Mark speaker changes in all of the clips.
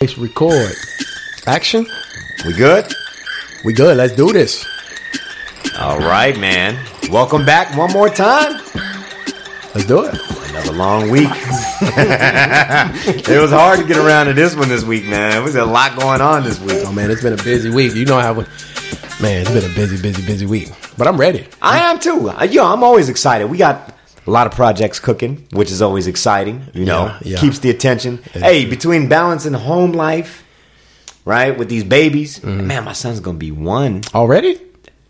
Speaker 1: It's record. Action.
Speaker 2: We good?
Speaker 1: We good. Let's do this.
Speaker 2: All right, man. Welcome back one more time.
Speaker 1: Let's do it.
Speaker 2: Another long week. it was hard to get around to this one this week, man. It was a lot going on this week.
Speaker 1: Oh man, it's been a busy week. You know how we, man, it's been a busy, busy, busy week. But I'm ready.
Speaker 2: I am too. Uh, Yo, I'm always excited. We got a lot of projects cooking, which is always exciting. You know,
Speaker 1: Yeah, yeah.
Speaker 2: keeps the attention. hey, between balancing home life, right, with these babies, man, my son's gonna be one.
Speaker 1: Already?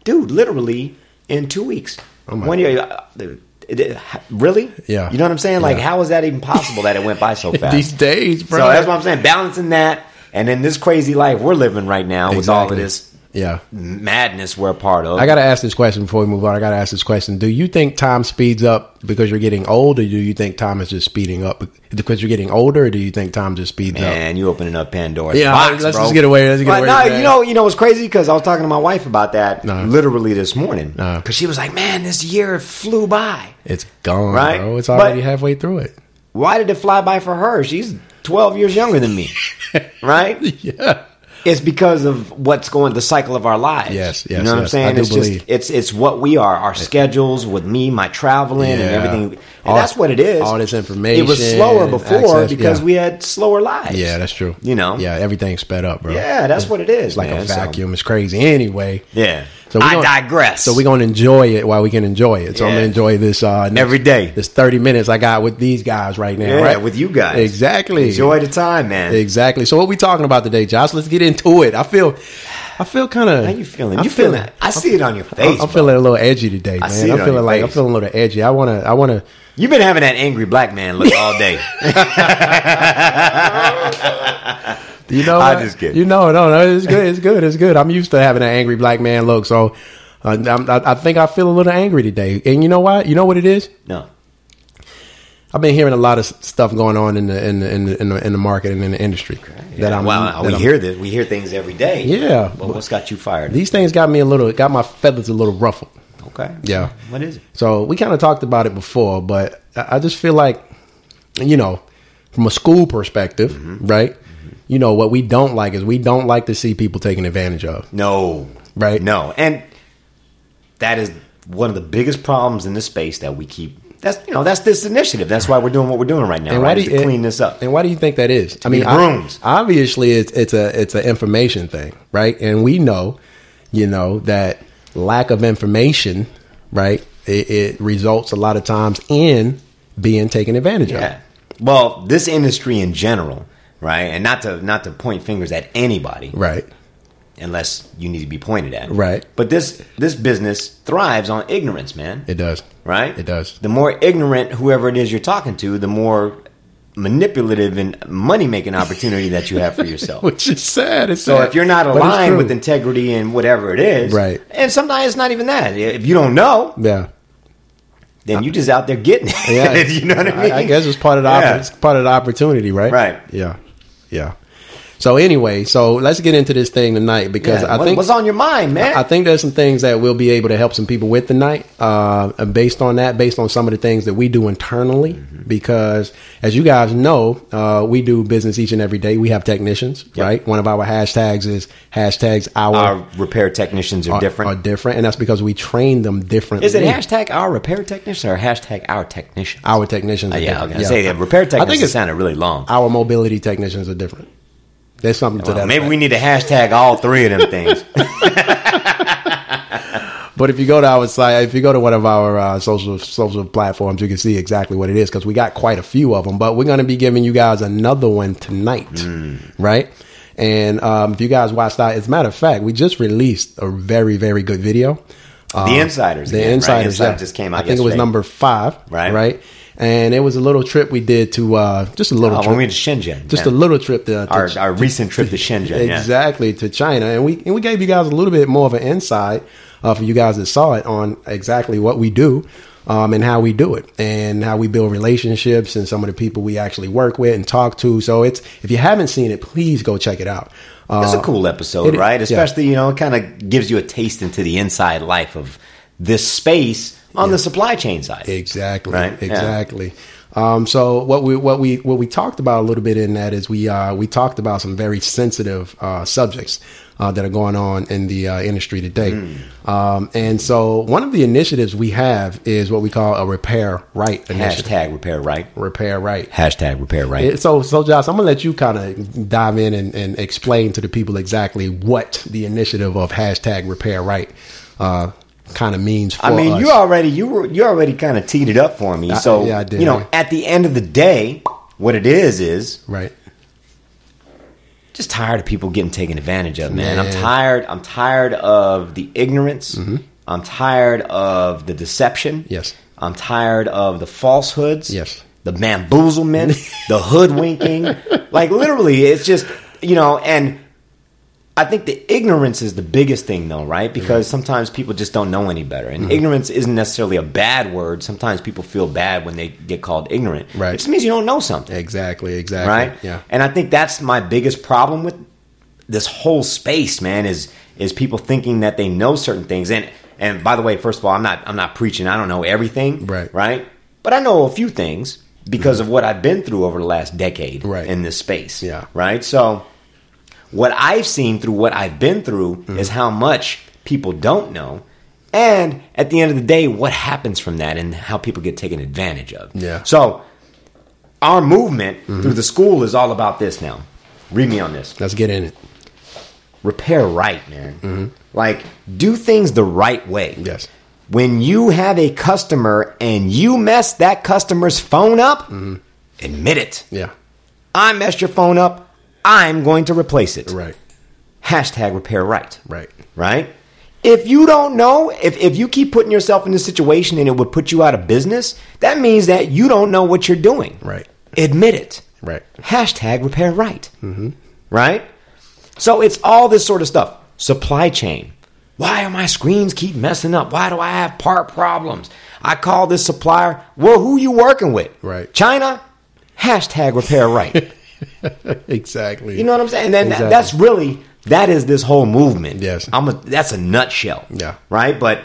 Speaker 2: dude, literally in two weeks.
Speaker 1: Oh my
Speaker 2: One year. uh, it- it- Really?
Speaker 1: Yeah.
Speaker 2: You know what I'm saying? Like,
Speaker 1: Yeah.
Speaker 2: how is that even possible that it went by so fast?
Speaker 1: These days, bro.
Speaker 2: so that's what I'm saying. Balancing that and then this crazy life we're living right now with all of
Speaker 1: Exactly.
Speaker 2: this
Speaker 1: Yeah.
Speaker 2: madness we're a part of.
Speaker 1: I gotta ask this question before we move on. I gotta ask this question. Do you think time speeds up because you're getting older? Do you think time is just speeding up because you're getting older? Or do you think time just speeds up?
Speaker 2: Man, you opening up Pandora's
Speaker 1: Yeah,
Speaker 2: box,
Speaker 1: let's
Speaker 2: bro.
Speaker 1: just get away- let's get
Speaker 2: But
Speaker 1: away
Speaker 2: No,
Speaker 1: from that.
Speaker 2: you know, you know, it's crazy because I was talking to my wife about that
Speaker 1: No.
Speaker 2: literally this morning
Speaker 1: No.
Speaker 2: because she was like, "Man, this year flew by."
Speaker 1: It's gone,
Speaker 2: Right?
Speaker 1: bro. It's already
Speaker 2: But-
Speaker 1: halfway through it.
Speaker 2: Why did it fly by for her? She's 12 years younger than me, right?
Speaker 1: Yeah.
Speaker 2: It's because of what's going the cycle of our lives.
Speaker 1: Yes,
Speaker 2: you
Speaker 1: yes,
Speaker 2: know what I'm
Speaker 1: yes.
Speaker 2: saying.
Speaker 1: I do
Speaker 2: it's
Speaker 1: believe.
Speaker 2: just it's it's what we are. Our schedules with me, my traveling, and
Speaker 1: Yeah.
Speaker 2: everything. And
Speaker 1: All-
Speaker 2: that's what it is.
Speaker 1: all this
Speaker 2: It was
Speaker 1: information,
Speaker 2: slower before
Speaker 1: access,
Speaker 2: because
Speaker 1: yeah.
Speaker 2: we had slower lives.
Speaker 1: Yeah, that's true.
Speaker 2: You know?
Speaker 1: Yeah, everything's sped up, bro.
Speaker 2: yeah, that's what it is.
Speaker 1: It's like
Speaker 2: man,
Speaker 1: a
Speaker 2: so-
Speaker 1: vacuum. It's crazy. Anyway.
Speaker 2: yeah.
Speaker 1: So we
Speaker 2: I
Speaker 1: gonna-
Speaker 2: digress.
Speaker 1: So we're gonna enjoy it while we can enjoy it. So I'm
Speaker 2: Yeah.
Speaker 1: gonna enjoy this uh, next-
Speaker 2: Every day.
Speaker 1: This 30 minutes I got with these guys right now.
Speaker 2: Yeah,
Speaker 1: right?
Speaker 2: with you guys.
Speaker 1: Exactly.
Speaker 2: enjoy the time, man.
Speaker 1: Exactly. So what we talking about today, Josh? Let's get into it. I feel, I feel kind of.
Speaker 2: How you feeling? You feeling? I see it on your face.
Speaker 1: I'm
Speaker 2: bro.
Speaker 1: feeling a little edgy today, man.
Speaker 2: see
Speaker 1: I'm
Speaker 2: it on
Speaker 1: feeling
Speaker 2: your
Speaker 1: like I'm
Speaker 2: face.
Speaker 1: feeling a little edgy. I wanna, I wanna.
Speaker 2: You've been having that angry black man look all day.
Speaker 1: You know,
Speaker 2: I'm
Speaker 1: what?
Speaker 2: just kidding.
Speaker 1: You know, no, no, it's good, it's good, it's good. I'm used to having an angry black man look, so uh, I'm, I, I think I feel a little angry today. And you know why? You know what it is?
Speaker 2: no.
Speaker 1: I've been hearing a lot of s- stuff going on in the in the in the, in the, in the market and in the industry that I'm.
Speaker 2: Wow,
Speaker 1: that
Speaker 2: we
Speaker 1: I'm-
Speaker 2: hear this. We hear things every day.
Speaker 1: Yeah.
Speaker 2: But what's got you fired?
Speaker 1: these things got me a little, got my feathers a little ruffled.
Speaker 2: okay.
Speaker 1: Yeah.
Speaker 2: What is it?
Speaker 1: So we kind of talked about it before, but I I just feel like, you know, from a school perspective,
Speaker 2: Mm-hmm.
Speaker 1: right? You know what we don't like is we don't like to see people taken advantage of.
Speaker 2: No.
Speaker 1: Right.
Speaker 2: No. And that is one of the biggest problems in this space that we keep. That's you know that's this initiative. That's why we're doing what we're doing right now.
Speaker 1: And
Speaker 2: right?
Speaker 1: why do
Speaker 2: is
Speaker 1: you
Speaker 2: to clean this up?
Speaker 1: And why do you think that is? I mean,
Speaker 2: be
Speaker 1: I-
Speaker 2: brooms.
Speaker 1: obviously, it's it's a it's an information thing, right? And we know, you know, that lack of information, right? It, it results a lot of times in being taken advantage
Speaker 2: Yeah.
Speaker 1: of.
Speaker 2: Well, this industry in general, right? And not to not to point fingers at anybody,
Speaker 1: Right.
Speaker 2: unless you need to be pointed at,
Speaker 1: Right.
Speaker 2: But this this business thrives on ignorance, man.
Speaker 1: It does.
Speaker 2: right?
Speaker 1: It does.
Speaker 2: The more ignorant whoever it is you're talking to, the more manipulative and money making opportunity that you have for yourself.
Speaker 1: Which is sad. It's
Speaker 2: So
Speaker 1: sad,
Speaker 2: if you're not
Speaker 1: but it's
Speaker 2: aligned
Speaker 1: true.
Speaker 2: with integrity and whatever it is,
Speaker 1: Right.
Speaker 2: And sometimes it's not even that. If you don't know,
Speaker 1: yeah.
Speaker 2: then you just out there getting it.
Speaker 1: Yeah,
Speaker 2: you know what I mean?
Speaker 1: I guess it's part of the
Speaker 2: Yeah.
Speaker 1: oppor- it's part of the opportunity, right?
Speaker 2: Right.
Speaker 1: Yeah, yeah. So anyway, so let's get into this thing tonight because
Speaker 2: Yeah.
Speaker 1: I
Speaker 2: What-
Speaker 1: think
Speaker 2: what's on your mind, man?
Speaker 1: I think there's some things that we'll be able to help some people with tonight, uh, and based on that, based on some of the things that we do internally.
Speaker 2: Mm-hmm.
Speaker 1: Because as you guys know, uh, we do business each and every day. We have technicians,
Speaker 2: Yep.
Speaker 1: right? One of our hashtags is hashtags our
Speaker 2: our repair technicians are,
Speaker 1: are-
Speaker 2: different.
Speaker 1: are different, and that's because we train them differently.
Speaker 2: is it hashtag our repair technician or hashtag our technician?
Speaker 1: Our technicians.
Speaker 2: Oh,
Speaker 1: are
Speaker 2: yeah, I was
Speaker 1: different.
Speaker 2: gonna say that repair
Speaker 1: I think
Speaker 2: technician
Speaker 1: it's
Speaker 2: sounded really long. Uh,
Speaker 1: our mobility technicians are different. There's something to that.
Speaker 2: Maybe
Speaker 1: effect.
Speaker 2: we need to hashtag all three of them things.
Speaker 1: but if you go to our site, if you go to one of our uh, social social platforms, you can see exactly what it is because we got quite a few of them. But we're going to be giving you guys another one tonight,
Speaker 2: Mm.
Speaker 1: right? And um, if you guys watched that, as a matter of fact, we just released a very very good video.
Speaker 2: the insiders,
Speaker 1: Uh, The
Speaker 2: again, right?
Speaker 1: Insiders
Speaker 2: Inside
Speaker 1: yeah.
Speaker 2: just came out.
Speaker 1: I think it was
Speaker 2: yesterday.
Speaker 1: number five,
Speaker 2: Right.
Speaker 1: Right, and it was a little trip we did to uh, just a little
Speaker 2: Oh,
Speaker 1: trip,
Speaker 2: when we went to Shenzhen,
Speaker 1: just
Speaker 2: yeah.
Speaker 1: a little trip to, to
Speaker 2: our, our recent trip to Shenzhen. yeah.
Speaker 1: exactly to China, and we and we gave you guys a little bit more of an insight uh, for you guys that saw it on exactly what we do um, and how we do it and how we build relationships and some of the people we actually work with and talk to. So it's if you haven't seen it, please go check it out. Uh,
Speaker 2: It's a cool episode,
Speaker 1: it-
Speaker 2: right?
Speaker 1: yeah.
Speaker 2: Especially you know, it kind of gives you a taste into the inside life of this space on the supply chain side.
Speaker 1: exactly,
Speaker 2: Right, yeah.
Speaker 1: exactly. Um, so what we what we what we talked about a little bit in that is we uh, we talked about some very sensitive uh, subjects uh, that are going on in the uh, industry today.
Speaker 2: Mm.
Speaker 1: Um, and so one of the initiatives we have is what we call a repair right initiative.
Speaker 2: Hashtag repair right.
Speaker 1: Repair right.
Speaker 2: Hashtag repair right.
Speaker 1: It- So, so Josh, I'm gonna let you kind of dive in and, and explain to the people exactly what the initiative of hashtag Repair Right uh, kind of means. For
Speaker 2: I mean,
Speaker 1: us.
Speaker 2: you already you were you already kind of teed it up for me. So
Speaker 1: yeah, I did,
Speaker 2: you know,
Speaker 1: yeah.
Speaker 2: at the end of the day, what it is is
Speaker 1: right.
Speaker 2: just tired of people getting taken advantage of, man. I'm
Speaker 1: Man.
Speaker 2: tired. I'm tired of the ignorance. I'm tired of the deception.
Speaker 1: Mm-hmm. Yes.
Speaker 2: I'm tired of the falsehoods.
Speaker 1: Yes.
Speaker 2: The bamboozlement, the hoodwinking. Like literally, it's just you know, and I think the ignorance is the biggest thing though, right? Because
Speaker 1: Mm-hmm.
Speaker 2: sometimes people just don't know any better. And ignorance isn't necessarily a bad word. Sometimes people feel bad when they get called ignorant.
Speaker 1: Right.
Speaker 2: It just means you don't know something
Speaker 1: Exactly. Exactly.
Speaker 2: right?
Speaker 1: Yeah.
Speaker 2: And I think that's my biggest problem with this whole space, man, is is people thinking that they know certain things. And and by the way, first of all, I'm not I'm not preaching. I don't know everything,
Speaker 1: Right. Mm-hmm.
Speaker 2: Right? But I know a few things because of what I've been through over the last decade
Speaker 1: Right.
Speaker 2: in this space.
Speaker 1: Yeah.
Speaker 2: Right? So what I've seen through what I've been through
Speaker 1: Mm-hmm.
Speaker 2: is how much people don't know. And at the end of the day, what happens from that and how people get taken advantage of.
Speaker 1: Yeah. Mm-hmm.
Speaker 2: So our movement through the school is all about this now. Read me on this.
Speaker 1: Let's get in it.
Speaker 2: Repair right, man. Like, do things the right way.
Speaker 1: Mm-hmm. Yes.
Speaker 2: When you have a customer and you mess that customer's phone up,
Speaker 1: Mm-hmm.
Speaker 2: admit it.
Speaker 1: Yeah.
Speaker 2: I messed your phone up. I'm going to replace it.
Speaker 1: Right.
Speaker 2: Hashtag repair right.
Speaker 1: Right.
Speaker 2: Right? If you don't know, if, if you keep putting yourself in this situation and it would put you out of business, that means that you don't know what you're doing.
Speaker 1: Right.
Speaker 2: Admit it.
Speaker 1: Right. Mm-hmm.
Speaker 2: Hashtag repair right. Right? So it's all this sort of stuff. Supply chain. Why are my screens keep messing up? Why do I have part problems? I call this supplier. Well, who you working with?
Speaker 1: Right.
Speaker 2: China? Hashtag repair right.
Speaker 1: Exactly.
Speaker 2: you know what I'm saying? And then
Speaker 1: Exactly.
Speaker 2: that's really that is this whole movement.
Speaker 1: Yes.
Speaker 2: I'm a, that's a nutshell.
Speaker 1: Yeah.
Speaker 2: Right? But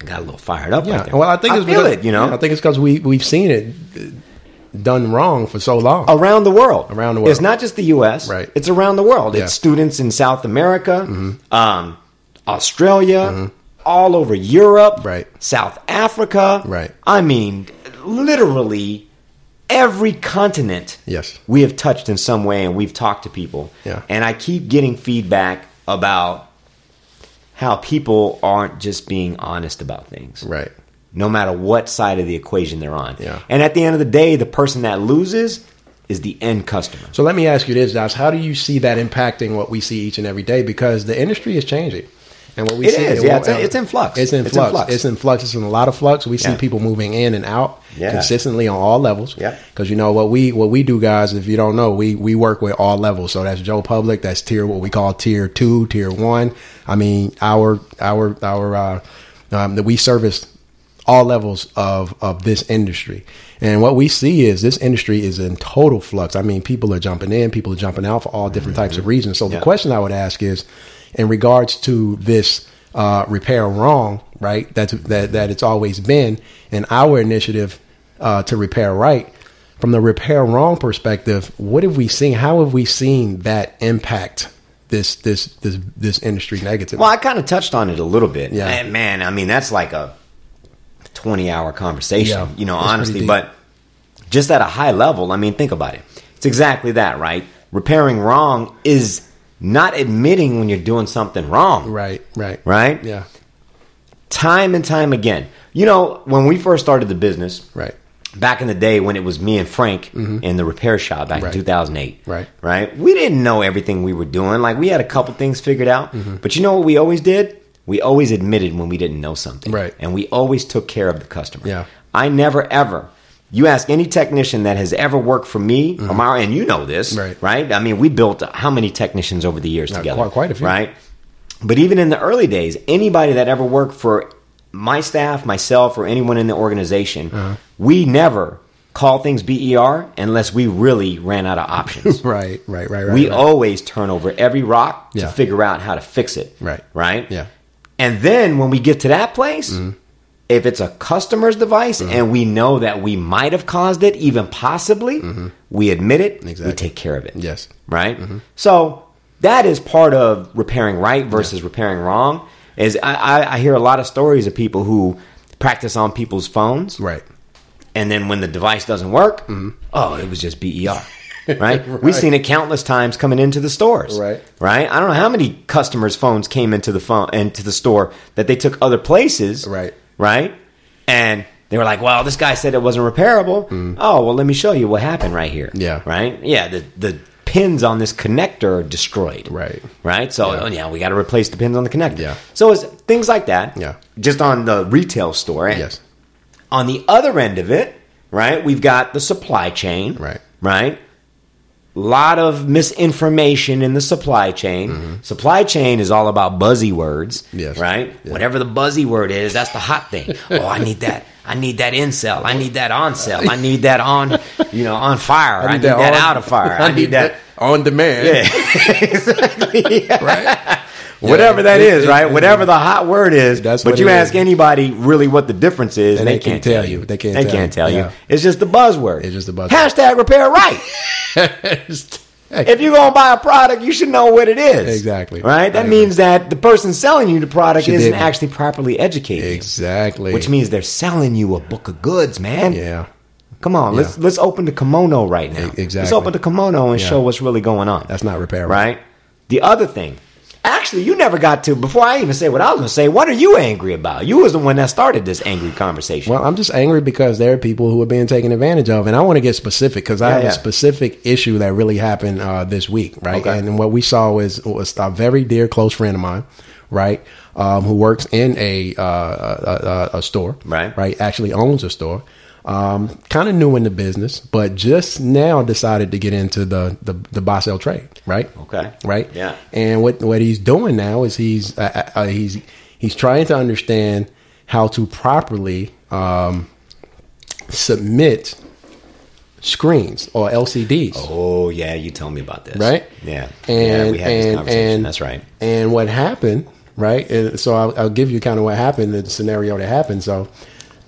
Speaker 2: I got a little fired up
Speaker 1: Yeah.
Speaker 2: right there.
Speaker 1: Well, I think it's
Speaker 2: feel
Speaker 1: because,
Speaker 2: it, you know.
Speaker 1: yeah, I think it's because we we've seen it uh, done wrong for so long.
Speaker 2: around the world.
Speaker 1: Around the world.
Speaker 2: It's not just the U.S.
Speaker 1: Right.
Speaker 2: It's around the world.
Speaker 1: Yeah. Mm-hmm.
Speaker 2: It's students in South America, um, Australia, all over Europe,
Speaker 1: Right.
Speaker 2: South Africa.
Speaker 1: Right.
Speaker 2: I mean, literally every continent.
Speaker 1: Yes.
Speaker 2: We have touched in some way, and we've talked to people.
Speaker 1: Yeah.
Speaker 2: And I keep getting feedback about how people aren't just being honest about things
Speaker 1: Right.
Speaker 2: no matter what side of the equation they're on.
Speaker 1: Yeah.
Speaker 2: And at the end of the day, the person that loses is the end customer.
Speaker 1: So let me ask you this, Josh: How do you see that impacting what we see each and every day? Because the industry is changing, and what we
Speaker 2: It
Speaker 1: see
Speaker 2: is,
Speaker 1: it
Speaker 2: yeah,
Speaker 1: won't-
Speaker 2: it's in- it's in flux.
Speaker 1: It's in
Speaker 2: It's in
Speaker 1: flux.
Speaker 2: flux.
Speaker 1: It's in flux. It's in a lot of flux. We see
Speaker 2: Yeah.
Speaker 1: people moving in and out
Speaker 2: Yeah.
Speaker 1: consistently on all levels.
Speaker 2: Yeah.
Speaker 1: Because you know what we what we do, guys. If you don't know, we we work with all levels. So that's Joe Public. That's tier what we call tier two, tier one. I mean, our our our uh, um, that we service all levels of of this industry. And what we see is this industry is in total flux. I mean, people are jumping in, people are jumping out for all different types of reasons. So the
Speaker 2: Yeah.
Speaker 1: question I would ask is, in regards to this uh, repair wrong, right? That's that that it's always been, and our initiative uh, to repair right. From the repair wrong perspective, what have we seen? How have we seen that impact this this this this industry negatively?
Speaker 2: Well, I kind of touched on it a little bit.
Speaker 1: Yeah.
Speaker 2: And man, I mean, that's like a 20 hour conversation,
Speaker 1: Yeah,
Speaker 2: you know,
Speaker 1: it's pretty
Speaker 2: honestly.
Speaker 1: deep.
Speaker 2: But just at a high level, I mean, think about it. It's exactly that, right? Repairing wrong is not admitting when you're doing something wrong.
Speaker 1: Right, right,
Speaker 2: Right?
Speaker 1: Yeah,
Speaker 2: Time and time again. You know, when we first started the business,
Speaker 1: right,
Speaker 2: back in the day when it was me and Frank in the repair shop back
Speaker 1: Mm-hmm. Right.
Speaker 2: in 2008.
Speaker 1: Right.
Speaker 2: Right. We didn't know everything we were doing. Like we had a couple things figured out,
Speaker 1: Mm-hmm.
Speaker 2: but you know what we always did? We always admitted when we didn't know something.
Speaker 1: Right.
Speaker 2: And we always took care of the customer.
Speaker 1: Yeah.
Speaker 2: I never ever. You ask any technician that has ever worked for me, or my, and you know this,
Speaker 1: Mm-hmm. Right.
Speaker 2: Right. I mean, we built how many technicians over the years together?
Speaker 1: quite- quite a few.
Speaker 2: Right. But even in the early days, anybody that ever worked for my staff, myself, or anyone in the organization,
Speaker 1: Uh-huh.
Speaker 2: we never call things BER unless we really ran out of options.
Speaker 1: right, right, right, right.
Speaker 2: we
Speaker 1: right.
Speaker 2: always turn over every rock
Speaker 1: Yeah.
Speaker 2: to figure out how to fix it.
Speaker 1: Right.
Speaker 2: Right?
Speaker 1: Yeah. Mm-hmm.
Speaker 2: And then when we get to that place, if it's a customer's device and we know that we might have caused it, even possibly, we admit it,
Speaker 1: Mm-hmm. Exactly.
Speaker 2: we take care of it.
Speaker 1: Yes.
Speaker 2: Right? So that is part of repairing right versus repairing wrong. Is I, I, I hear a lot of stories of people who practice on people's phones
Speaker 1: Right.
Speaker 2: and then when the device doesn't work, oh, it was just BER. Right?
Speaker 1: Mm-hmm. Right.
Speaker 2: We've seen it countless times coming into the stores.
Speaker 1: Right.
Speaker 2: Right? I don't know how many customers' phones came into the phone into the store that they took other places.
Speaker 1: Right.
Speaker 2: Right? And they were like, Well, this guy said it wasn't repairable. Oh, well let me show you what happened right here.
Speaker 1: Mm-hmm. Yeah.
Speaker 2: Right? Yeah, the the pins on this connector are destroyed.
Speaker 1: Right.
Speaker 2: Right? So
Speaker 1: Yeah.
Speaker 2: oh, yeah we gotta replace the pins on the connector.
Speaker 1: Yeah.
Speaker 2: So it's things like that.
Speaker 1: Yeah.
Speaker 2: Just on the retail store. And
Speaker 1: Yes.
Speaker 2: on the other end of it, right, we've got the supply chain.
Speaker 1: Right.
Speaker 2: Right? Lot of misinformation in the supply chain. Supply chain is all about buzzy words.
Speaker 1: Yes.
Speaker 2: Right?
Speaker 1: Yeah.
Speaker 2: Whatever the buzzy word is, that's the hot thing. oh, I need that. I need that in cell. I need that on cell. I need that on you know, on fire. I need, that,
Speaker 1: on-
Speaker 2: out of fire. I, need that
Speaker 1: on demand.
Speaker 2: exactly.
Speaker 1: Right.
Speaker 2: Whatever that
Speaker 1: It-
Speaker 2: is,
Speaker 1: it-
Speaker 2: right?
Speaker 1: it-
Speaker 2: Whatever the hot word is.
Speaker 1: That's
Speaker 2: but
Speaker 1: what
Speaker 2: you
Speaker 1: it
Speaker 2: ask
Speaker 1: is.
Speaker 2: anybody really what the difference is, and they, can't tell you.
Speaker 1: They can't
Speaker 2: They
Speaker 1: tell
Speaker 2: can't
Speaker 1: you.
Speaker 2: tell you.
Speaker 1: Yeah.
Speaker 2: It's just the buzzword.
Speaker 1: It's just a buzzword.
Speaker 2: Hashtag repair right. if you're gonna buy a product, you should know what it is.
Speaker 1: Exactly.
Speaker 2: Right. That
Speaker 1: I agree.
Speaker 2: means that the person selling you the product
Speaker 1: She
Speaker 2: isn't
Speaker 1: didn't.
Speaker 2: actually properly educated,
Speaker 1: exactly.
Speaker 2: which means they're selling you a book of goods, man.
Speaker 1: yeah,
Speaker 2: Come on, let's
Speaker 1: Yeah.
Speaker 2: let's open the kimono right now.
Speaker 1: E- exactly.
Speaker 2: Let's open the kimono and
Speaker 1: Yeah.
Speaker 2: show what's really going on.
Speaker 1: that's not repairable.
Speaker 2: Right? The other thing, actually, you never got to, before I even say what I was going to say, what are you angry about? You was the one that started this angry conversation.
Speaker 1: Well, I'm just angry because there are people who are being taken advantage of, and I want to get specific because I
Speaker 2: Yeah,
Speaker 1: have
Speaker 2: yeah.
Speaker 1: a specific issue that really happened uh, this week, right?
Speaker 2: Okay.
Speaker 1: And what we saw was was a very dear close friend of mine, right, um, who works in a, uh, a, a a store,
Speaker 2: Right.
Speaker 1: right, actually owns a store. Um, kind of new in the business, but just now decided to get into the the, the buy sell trade, right?
Speaker 2: Okay.
Speaker 1: right?
Speaker 2: Yeah.
Speaker 1: And what what he's doing now is he's uh, uh, uh, he's he's trying to understand how to properly um, submit screens or LCDs,
Speaker 2: oh, yeah, you tell me about this.
Speaker 1: right?
Speaker 2: Yeah.
Speaker 1: And
Speaker 2: yeah, we had
Speaker 1: and,
Speaker 2: this conversation.
Speaker 1: and-
Speaker 2: That's right.
Speaker 1: And what happened, right? And so I'll, I'll give you kind of what happened, the scenario that happened. So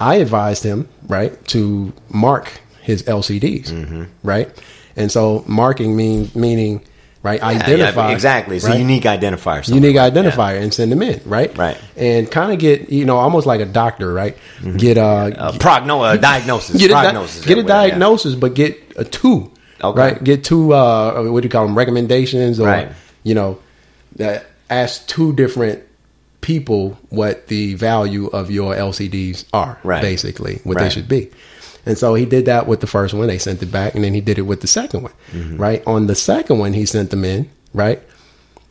Speaker 1: I advised him, right, to mark his LCDs,
Speaker 2: Mm-hmm.
Speaker 1: right? And so marking mean meaning right
Speaker 2: Yeah, yeah,
Speaker 1: identify
Speaker 2: exactly. It's a
Speaker 1: right?
Speaker 2: unique identifier. something
Speaker 1: unique
Speaker 2: like that.
Speaker 1: identifier and send them in, right?
Speaker 2: Right.
Speaker 1: And kind of get you know almost like a doctor, right?
Speaker 2: Mm-hmm.
Speaker 1: Get uh,
Speaker 2: A progno- a diagnosis.
Speaker 1: get a, di-
Speaker 2: prognosis
Speaker 1: get a
Speaker 2: or whatever, yeah.
Speaker 1: diagnosis, but get a two,
Speaker 2: Okay.
Speaker 1: right? Get two uh, what do you call them recommendations or
Speaker 2: Right.
Speaker 1: you know uh, ask two different people what the value of your LCDs are,
Speaker 2: Right.
Speaker 1: basically what they
Speaker 2: Right.
Speaker 1: should be. And so he did that with the first one. They sent it back, and then he did it with the second one,
Speaker 2: Mm-hmm.
Speaker 1: right? On the second one, he sent them in, right?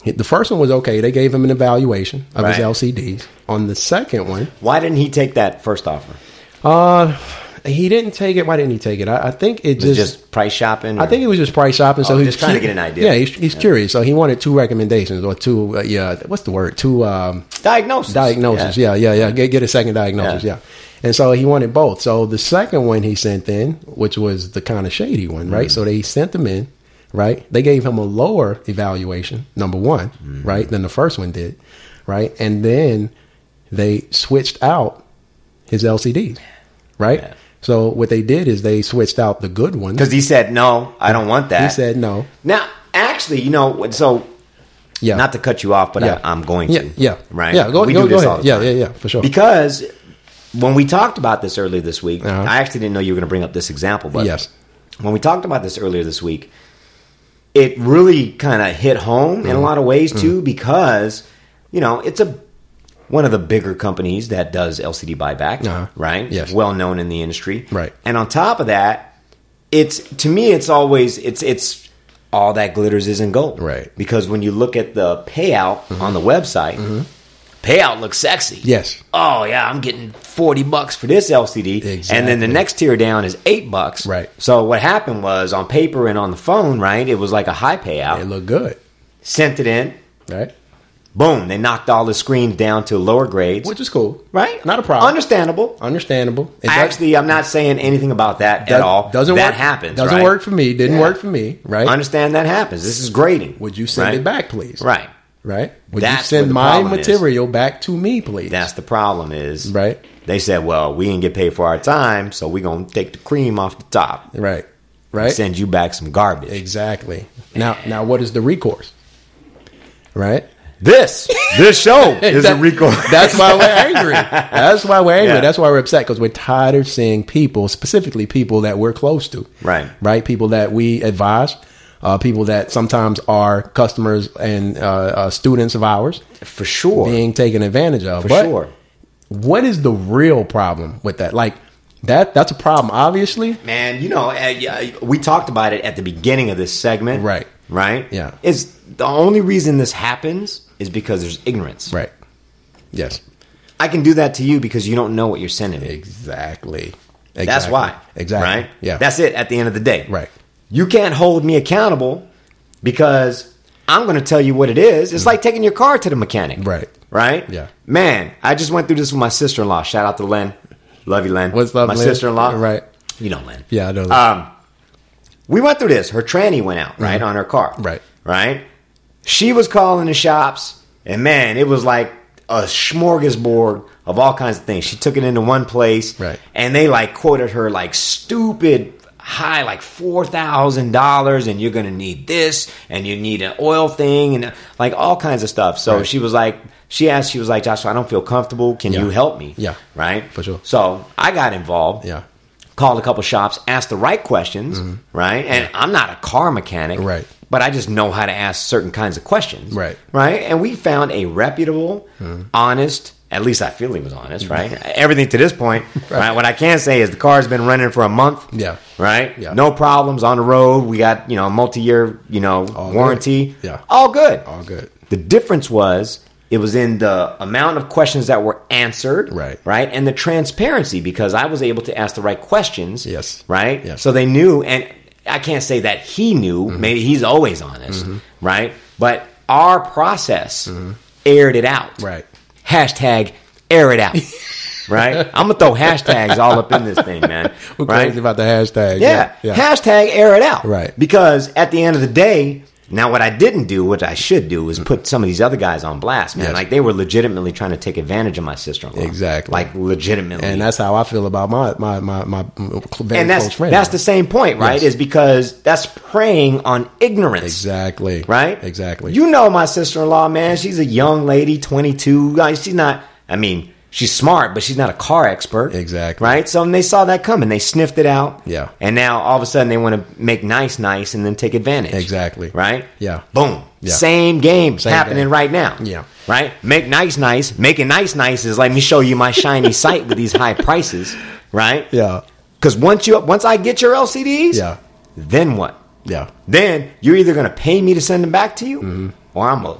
Speaker 1: The first one was okay. They gave him an evaluation of his
Speaker 2: Right.
Speaker 1: LCDs. On the second one,
Speaker 2: Why didn't he take that first offer?
Speaker 1: uh, he didn't take it. Why didn't he take it? I, I think it
Speaker 2: Just,
Speaker 1: just,
Speaker 2: just price shopping?
Speaker 1: I think it was just price shopping. So
Speaker 2: Oh,
Speaker 1: he
Speaker 2: just
Speaker 1: was
Speaker 2: trying to
Speaker 1: cu-
Speaker 2: get an idea.
Speaker 1: Yeah, he's, he's curious. So he wanted two recommendations or two. Uh, yeah, what's the word? Two um,
Speaker 2: diagnosis.
Speaker 1: diagnosis. Yeah, yeah, yeah. Get, get a second diagnosis.
Speaker 2: Yeah.
Speaker 1: Yeah. And so he wanted both. So the second one he sent in, which was the kind of shady one,
Speaker 2: Mm-hmm.
Speaker 1: right? So they sent them in, right? They gave him a lower evaluation, number one,
Speaker 2: Mm-hmm.
Speaker 1: right, than the first one did, right? And then they switched out his LCDs, right?
Speaker 2: Yeah.
Speaker 1: So what they did is they switched out the good ones.
Speaker 2: Because he said, no, I don't want that.
Speaker 1: He said no.
Speaker 2: Now, actually, you know, so
Speaker 1: Yeah.
Speaker 2: not to cut you off, but
Speaker 1: Yeah.
Speaker 2: I, I'm going
Speaker 1: Yeah,
Speaker 2: to.
Speaker 1: yeah.
Speaker 2: right.
Speaker 1: Yeah, go- go- go ahead.
Speaker 2: the
Speaker 1: Yeah,
Speaker 2: time.
Speaker 1: yeah, yeah, for sure.
Speaker 2: Because when we talked about this earlier this week,
Speaker 1: Uh-huh.
Speaker 2: I actually didn't know you were going to bring up this example, but
Speaker 1: Yes.
Speaker 2: when we talked about this earlier this week, it really kind of hit home
Speaker 1: Mm-hmm.
Speaker 2: in a lot of ways too, because you know it's a one of the bigger companies that does LCD buyback,
Speaker 1: Uh-huh.
Speaker 2: right?
Speaker 1: Yes.
Speaker 2: well known in the industry,
Speaker 1: Right.
Speaker 2: And on top of that, it's to me, it's always it's it's all that glitters isn't gold,
Speaker 1: Right. Mm-hmm.
Speaker 2: Because when you look at the payout on the website, payout looks sexy,
Speaker 1: Yes.
Speaker 2: oh yeah, I'm getting forty bucks for this LCD, and then the
Speaker 1: Exactly.
Speaker 2: next tier down is eight bucks.
Speaker 1: Right.
Speaker 2: So what happened was on paper and on the phone, right? It was like a high payout.
Speaker 1: It looked good,
Speaker 2: Sent it in,
Speaker 1: right?
Speaker 2: boom. They knocked all the screens down to lower grades,
Speaker 1: Which is cool,
Speaker 2: right?
Speaker 1: Not a problem.
Speaker 2: Understandable.
Speaker 1: Understandable. It does-
Speaker 2: Actually, I'm not saying anything about that at
Speaker 1: does-
Speaker 2: all.
Speaker 1: Doesn't
Speaker 2: that
Speaker 1: work.
Speaker 2: happens?
Speaker 1: Doesn't
Speaker 2: right?
Speaker 1: work for me. Didn't
Speaker 2: Yeah.
Speaker 1: work for me. Right.
Speaker 2: Understand that happens. This is grading.
Speaker 1: Would you send
Speaker 2: right?
Speaker 1: it back, please?
Speaker 2: Right.
Speaker 1: right? Would you
Speaker 2: That's where
Speaker 1: send
Speaker 2: the
Speaker 1: my
Speaker 2: problem is.
Speaker 1: material back to me, please?
Speaker 2: That's the problem is
Speaker 1: Right.
Speaker 2: They said, "Well, we didn't get paid for our time, so we're gonna take the cream off the top, and
Speaker 1: right, right.
Speaker 2: send you back some garbage."
Speaker 1: Exactly. Now, now, what is the recourse? Right.
Speaker 2: This this show is
Speaker 1: That-
Speaker 2: a recourse.
Speaker 1: That's why we're angry. That's why we're angry.
Speaker 2: Yeah.
Speaker 1: That's why we're upset because we're tired of seeing people, specifically people that we're close to.
Speaker 2: Right.
Speaker 1: Right. People that we advise, uh, people that sometimes are customers and uh, uh, students of ours
Speaker 2: for sure.
Speaker 1: being taken advantage of.
Speaker 2: for
Speaker 1: But
Speaker 2: sure.
Speaker 1: What is the real problem with that? Like that? That's a problem, obviously.
Speaker 2: Man, you know, uh, yeah, we talked about it at the beginning of this segment.
Speaker 1: Right.
Speaker 2: Right?
Speaker 1: Yeah.
Speaker 2: It's the only reason this happens is because there's ignorance.
Speaker 1: Right. Yes.
Speaker 2: I can do that to you because you don't know what you're sending me.
Speaker 1: Exactly. exactly.
Speaker 2: That's why.
Speaker 1: Exactly.
Speaker 2: Right?
Speaker 1: Yeah.
Speaker 2: That's it at the end of the day.
Speaker 1: Right.
Speaker 2: You can't hold me accountable because I'm going to tell you what it is. It's like taking your car to the mechanic.
Speaker 1: Mm-hmm. Right.
Speaker 2: Right?
Speaker 1: Yeah.
Speaker 2: Man, I just went through this with my sister in law. Shout out to Len. Love you, Len.
Speaker 1: What's up,
Speaker 2: My
Speaker 1: Len?
Speaker 2: sister in law.
Speaker 1: Right.
Speaker 2: You know Len.
Speaker 1: Yeah. I know.
Speaker 2: Um, we went through this. Her tranny went out, right, on her car.
Speaker 1: Mm-hmm. Right.
Speaker 2: Right? She was calling the shops, and man, it was like a smorgasbord of all kinds of things. She took it into one place,
Speaker 1: Right.
Speaker 2: and they like quoted her like stupid high, like $4,000, and you're going to need this, and you need an oil thing, and like all kinds of stuff. So
Speaker 1: Right.
Speaker 2: she was like, she asked, she was like, Joshua, I don't feel comfortable. Can
Speaker 1: Yeah.
Speaker 2: you help me?
Speaker 1: Yeah.
Speaker 2: Right?
Speaker 1: For sure.
Speaker 2: So I got involved
Speaker 1: yeah.
Speaker 2: called a couple shops, asked the right questions, right? And I'm not a car mechanic,
Speaker 1: Mm-hmm. Right.
Speaker 2: But I just know how to ask certain kinds of questions,
Speaker 1: Right. Mm-hmm.
Speaker 2: Right? And we found a reputable, honest. At least I feel he was honest, right? Everything to this point, right. What I can say is the car's been running for a month,
Speaker 1: Yeah.
Speaker 2: right?
Speaker 1: Yeah.
Speaker 2: No problems on the road. We got you know multi-year you know
Speaker 1: good.
Speaker 2: warranty,
Speaker 1: Yeah.
Speaker 2: all good.
Speaker 1: All good.
Speaker 2: The difference was it was in the amount of questions that were answered,
Speaker 1: Right.
Speaker 2: Right, and the transparency because I was able to ask the right questions,
Speaker 1: Yes.
Speaker 2: right.
Speaker 1: Yes. Mm-hmm.
Speaker 2: So they knew, and I can't say that he knew. Maybe he's always honest, right? But our process aired it out,
Speaker 1: Mm-hmm. Right.
Speaker 2: Hashtag air it out, right? I'm gonna throw hashtags all up in this thing, man.
Speaker 1: We're
Speaker 2: right?
Speaker 1: crazy about the hashtag.
Speaker 2: Yeah.
Speaker 1: Yeah.
Speaker 2: Hashtag air it out.
Speaker 1: Right.
Speaker 2: Because at the end of the day, now what I didn't do, which I should do, is put some of these other guys on blast, man.
Speaker 1: Yes.
Speaker 2: Like they were legitimately trying to take advantage of my sister in law.
Speaker 1: Exactly.
Speaker 2: Like legitimately.
Speaker 1: And that's how I feel about my my my, my very
Speaker 2: And that's
Speaker 1: close friend.
Speaker 2: that's the same point, right?
Speaker 1: Yes.
Speaker 2: Is because that's preying on ignorance.
Speaker 1: exactly
Speaker 2: Right?
Speaker 1: Exactly.
Speaker 2: You know my sister in law, man. She's a young lady, 22. Like, she's not, I mean, she's smart, but she's not a car expert.
Speaker 1: Exactly.
Speaker 2: Right? So and they saw that coming. They sniffed it out.
Speaker 1: Yeah.
Speaker 2: And now all of a sudden they want to make nice, nice, and then take advantage.
Speaker 1: Exactly.
Speaker 2: Right?
Speaker 1: Yeah.
Speaker 2: Boom.
Speaker 1: Yeah.
Speaker 2: Same game
Speaker 1: Same
Speaker 2: happening
Speaker 1: game.
Speaker 2: right now.
Speaker 1: Yeah.
Speaker 2: Right? Make nice, nice. Making nice, nice is let me show you my shiny site with these high prices. Right?
Speaker 1: yeah.
Speaker 2: Because once you once I get your LCDs,
Speaker 1: Yeah.
Speaker 2: then what?
Speaker 1: Yeah.
Speaker 2: Then you're either going to pay me to send them back to you, or I'm a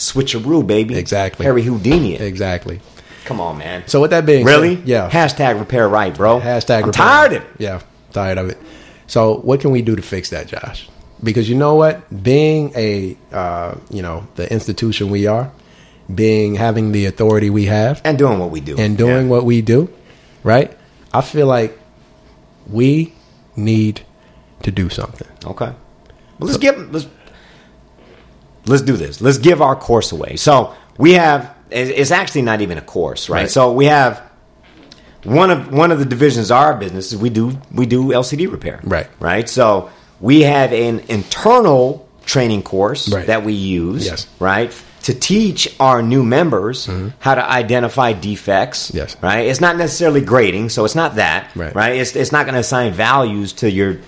Speaker 2: switcheroo, baby.
Speaker 1: Mm-hmm. Exactly.
Speaker 2: Harry Houdini. it.
Speaker 1: Exactly.
Speaker 2: Come on, man.
Speaker 1: So with that being
Speaker 2: really,
Speaker 1: said, yeah.
Speaker 2: Hashtag repair right, bro.
Speaker 1: Hashtag.
Speaker 2: I'm
Speaker 1: repair.
Speaker 2: tired of it.
Speaker 1: Yeah, tired of it. So, what can we do to fix that, Josh? Because you know what, being a uh, you know the institution we are, being having the authority we have,
Speaker 2: and doing what we do
Speaker 1: and doing
Speaker 2: Yeah.
Speaker 1: what we do, right? I feel like we need to do something.
Speaker 2: Okay. Well, let's give let's let's do this. Let's give our course away. So we have it- it's actually not even a course, right?
Speaker 1: Right.
Speaker 2: So we have one of one of the divisions of our business is we do we do LCD repair,
Speaker 1: Right.
Speaker 2: Right. So we have an internal training course
Speaker 1: Right.
Speaker 2: that we use,
Speaker 1: Yes. Mm-hmm.
Speaker 2: right, to teach our new members how to identify defects,
Speaker 1: Yes.
Speaker 2: right. It's not necessarily grading, so it's not that,
Speaker 1: Right.
Speaker 2: It's it's not going to assign values to your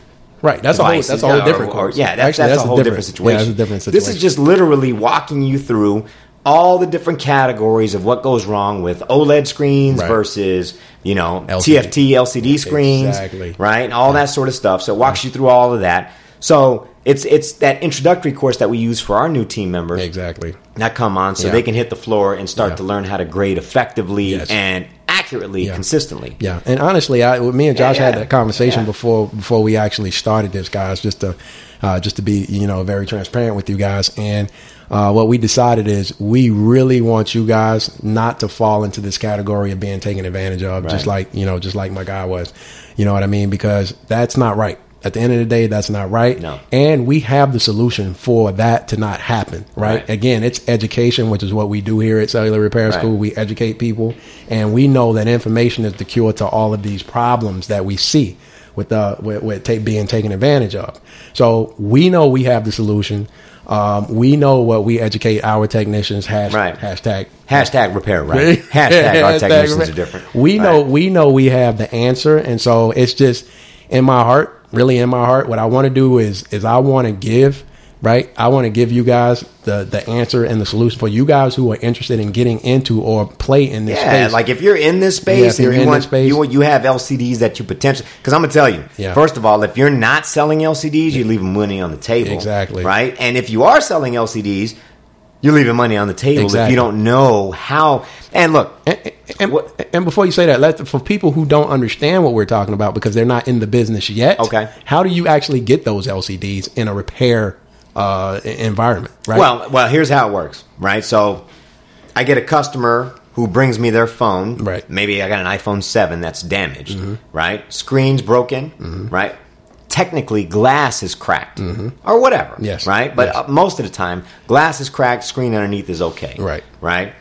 Speaker 1: Right. That's a whole,
Speaker 2: devices,
Speaker 1: that's a whole
Speaker 2: or-
Speaker 1: different
Speaker 2: or-
Speaker 1: course.
Speaker 2: yeah, that's,
Speaker 1: Actually,
Speaker 2: that's, a whole different, situation.
Speaker 1: Yeah, that's a different
Speaker 2: This
Speaker 1: situation.
Speaker 2: is just literally walking you through all the different categories of what goes wrong with OLED screens
Speaker 1: Right.
Speaker 2: versus you know
Speaker 1: LCD.
Speaker 2: TFT LCD screens,
Speaker 1: Exactly.
Speaker 2: right, and all that sort of stuff. So it walks you through all of that. So it's it's that introductory course that we use for our new team members
Speaker 1: exactly
Speaker 2: that come on, so
Speaker 1: Yeah.
Speaker 2: they can hit the floor and start
Speaker 1: Yeah.
Speaker 2: to learn how to grade effectively
Speaker 1: Yes.
Speaker 2: and accurately,
Speaker 1: Yeah.
Speaker 2: consistently.
Speaker 1: Yeah, and honestly, I me and Josh
Speaker 2: Yeah,
Speaker 1: had
Speaker 2: yeah.
Speaker 1: that conversation
Speaker 2: Yeah.
Speaker 1: before before we actually started this, guys. Just to uh, just to be you know very transparent with you guys, and uh, what we decided is we really want you guys not to fall into this category of being taken advantage of, just
Speaker 2: Right.
Speaker 1: like you know, just like my guy was. You know what I mean? Because that's not right. At the end of the day, that's not right.
Speaker 2: No.
Speaker 1: And we have the solution for that to not happen, right?
Speaker 2: Right.
Speaker 1: Again, it's education, which is what we do here at Cellular Repair
Speaker 2: Right.
Speaker 1: School. We educate people, and we know that information is the cure to all of these problems that we see with uh, with, with ta- being taken advantage of. So we know we have the solution. Um, we know what we educate our technicians. Hash,
Speaker 2: Right.
Speaker 1: Hashtag
Speaker 2: Hashtag repair right. Hashtag our
Speaker 1: Hashtag
Speaker 2: technicians
Speaker 1: repair.
Speaker 2: are different.
Speaker 1: We
Speaker 2: Right.
Speaker 1: know we know we have the answer, and so it's just in my heart, really in my heart. What I want to do is is I want to give right. I want to give you guys the the answer and the solution for you guys who are interested in getting into or play in this
Speaker 2: Yeah,
Speaker 1: space.
Speaker 2: like if you're in this
Speaker 1: Yeah,
Speaker 2: space
Speaker 1: if you're
Speaker 2: and you
Speaker 1: in
Speaker 2: want
Speaker 1: this space.
Speaker 2: you want- you have LCDs that you potentially because I'm gonna tell you.
Speaker 1: Yeah.
Speaker 2: First of all, if you're not selling LCDs, you're leaving money on the table.
Speaker 1: Exactly.
Speaker 2: Right, and if you are selling LCDs, you're leaving money on the table if
Speaker 1: Exactly.
Speaker 2: you don't know how. And look,
Speaker 1: and, and, and before you say that, let for people who don't understand what we're talking about because they're not in the business yet.
Speaker 2: Okay.
Speaker 1: how do you actually get those LCDs in a repair uh, e- environment? Right.
Speaker 2: Well, well, here's how it works, right? So I get a customer who brings me their phone.
Speaker 1: Right. Mm-hmm.
Speaker 2: Maybe I got an iPhone 7 that's damaged, right? Screen's broken, right? Technically, glass is cracked or whatever.
Speaker 1: Mm-hmm. Yes.
Speaker 2: Right? But
Speaker 1: Yes.
Speaker 2: uh, most of the time, glass is cracked, screen underneath is okay.
Speaker 1: Right.
Speaker 2: Right?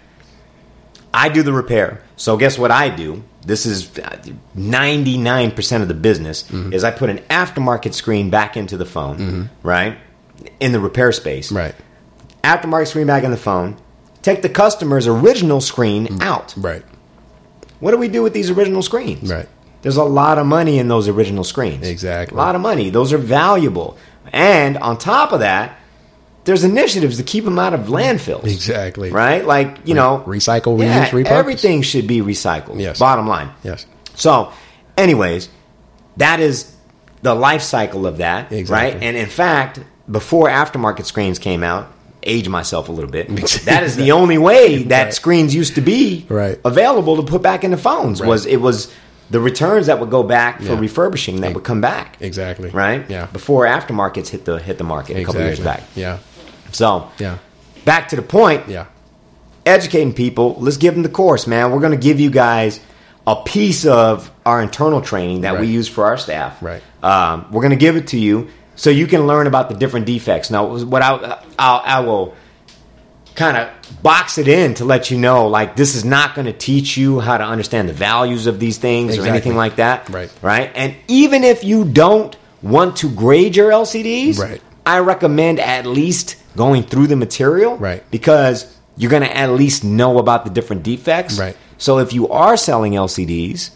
Speaker 2: I do the repair. So guess what I do? This is uh, 99% of the business
Speaker 1: Mm-hmm.
Speaker 2: is I put an aftermarket screen back into the phone, right? In the repair space
Speaker 1: right.
Speaker 2: aftermarket screen back in the phone, take the customer's original
Speaker 1: Mm.
Speaker 2: screen out.
Speaker 1: Right.
Speaker 2: What do we do with these original screens?
Speaker 1: Right.
Speaker 2: There's a lot of money in those original screens.
Speaker 1: Exactly.
Speaker 2: A lot of money. Those are valuable. And on top of that, there's initiatives to keep them out of landfills.
Speaker 1: Exactly.
Speaker 2: Right? Like, you know,
Speaker 1: recycle,
Speaker 2: yeah,
Speaker 1: reuse, repurpose.
Speaker 2: Everything should be recycled.
Speaker 1: Yes.
Speaker 2: Bottom line.
Speaker 1: Yes.
Speaker 2: So, anyways, that is the life cycle of that,
Speaker 1: Exactly.
Speaker 2: right? And in fact, before aftermarket screens came out, age myself a little bit. That is the only way that
Speaker 1: Right.
Speaker 2: screens used to be
Speaker 1: Right.
Speaker 2: available to put back into phones.
Speaker 1: Right.
Speaker 2: Was it was the returns that would go back for
Speaker 1: Yeah.
Speaker 2: refurbishing that would come back,
Speaker 1: Exactly.
Speaker 2: right?
Speaker 1: Yeah.
Speaker 2: Before aftermarkets hit the hit the market a couple years back.
Speaker 1: Yeah.
Speaker 2: So,
Speaker 1: Yeah.
Speaker 2: back to the point
Speaker 1: Yeah.
Speaker 2: educating people. Let's give them the course, man. We're going to give you guys a piece of our internal training that we
Speaker 1: Right.
Speaker 2: use for our staff.
Speaker 1: Right.
Speaker 2: Um, we're going to give it to you so you can learn about the different defects. Now, what I I'll, I will kind of box it in to let you know, like this is not going to teach you how to understand the values of these things
Speaker 1: Exactly.
Speaker 2: or anything like that.
Speaker 1: Right.
Speaker 2: Right. And even if you don't want to grade your LCDs,
Speaker 1: Right.
Speaker 2: I recommend at least going through the material
Speaker 1: Right.
Speaker 2: because you're going to at least know about the different defects.
Speaker 1: Right.
Speaker 2: So if you are selling LCDs,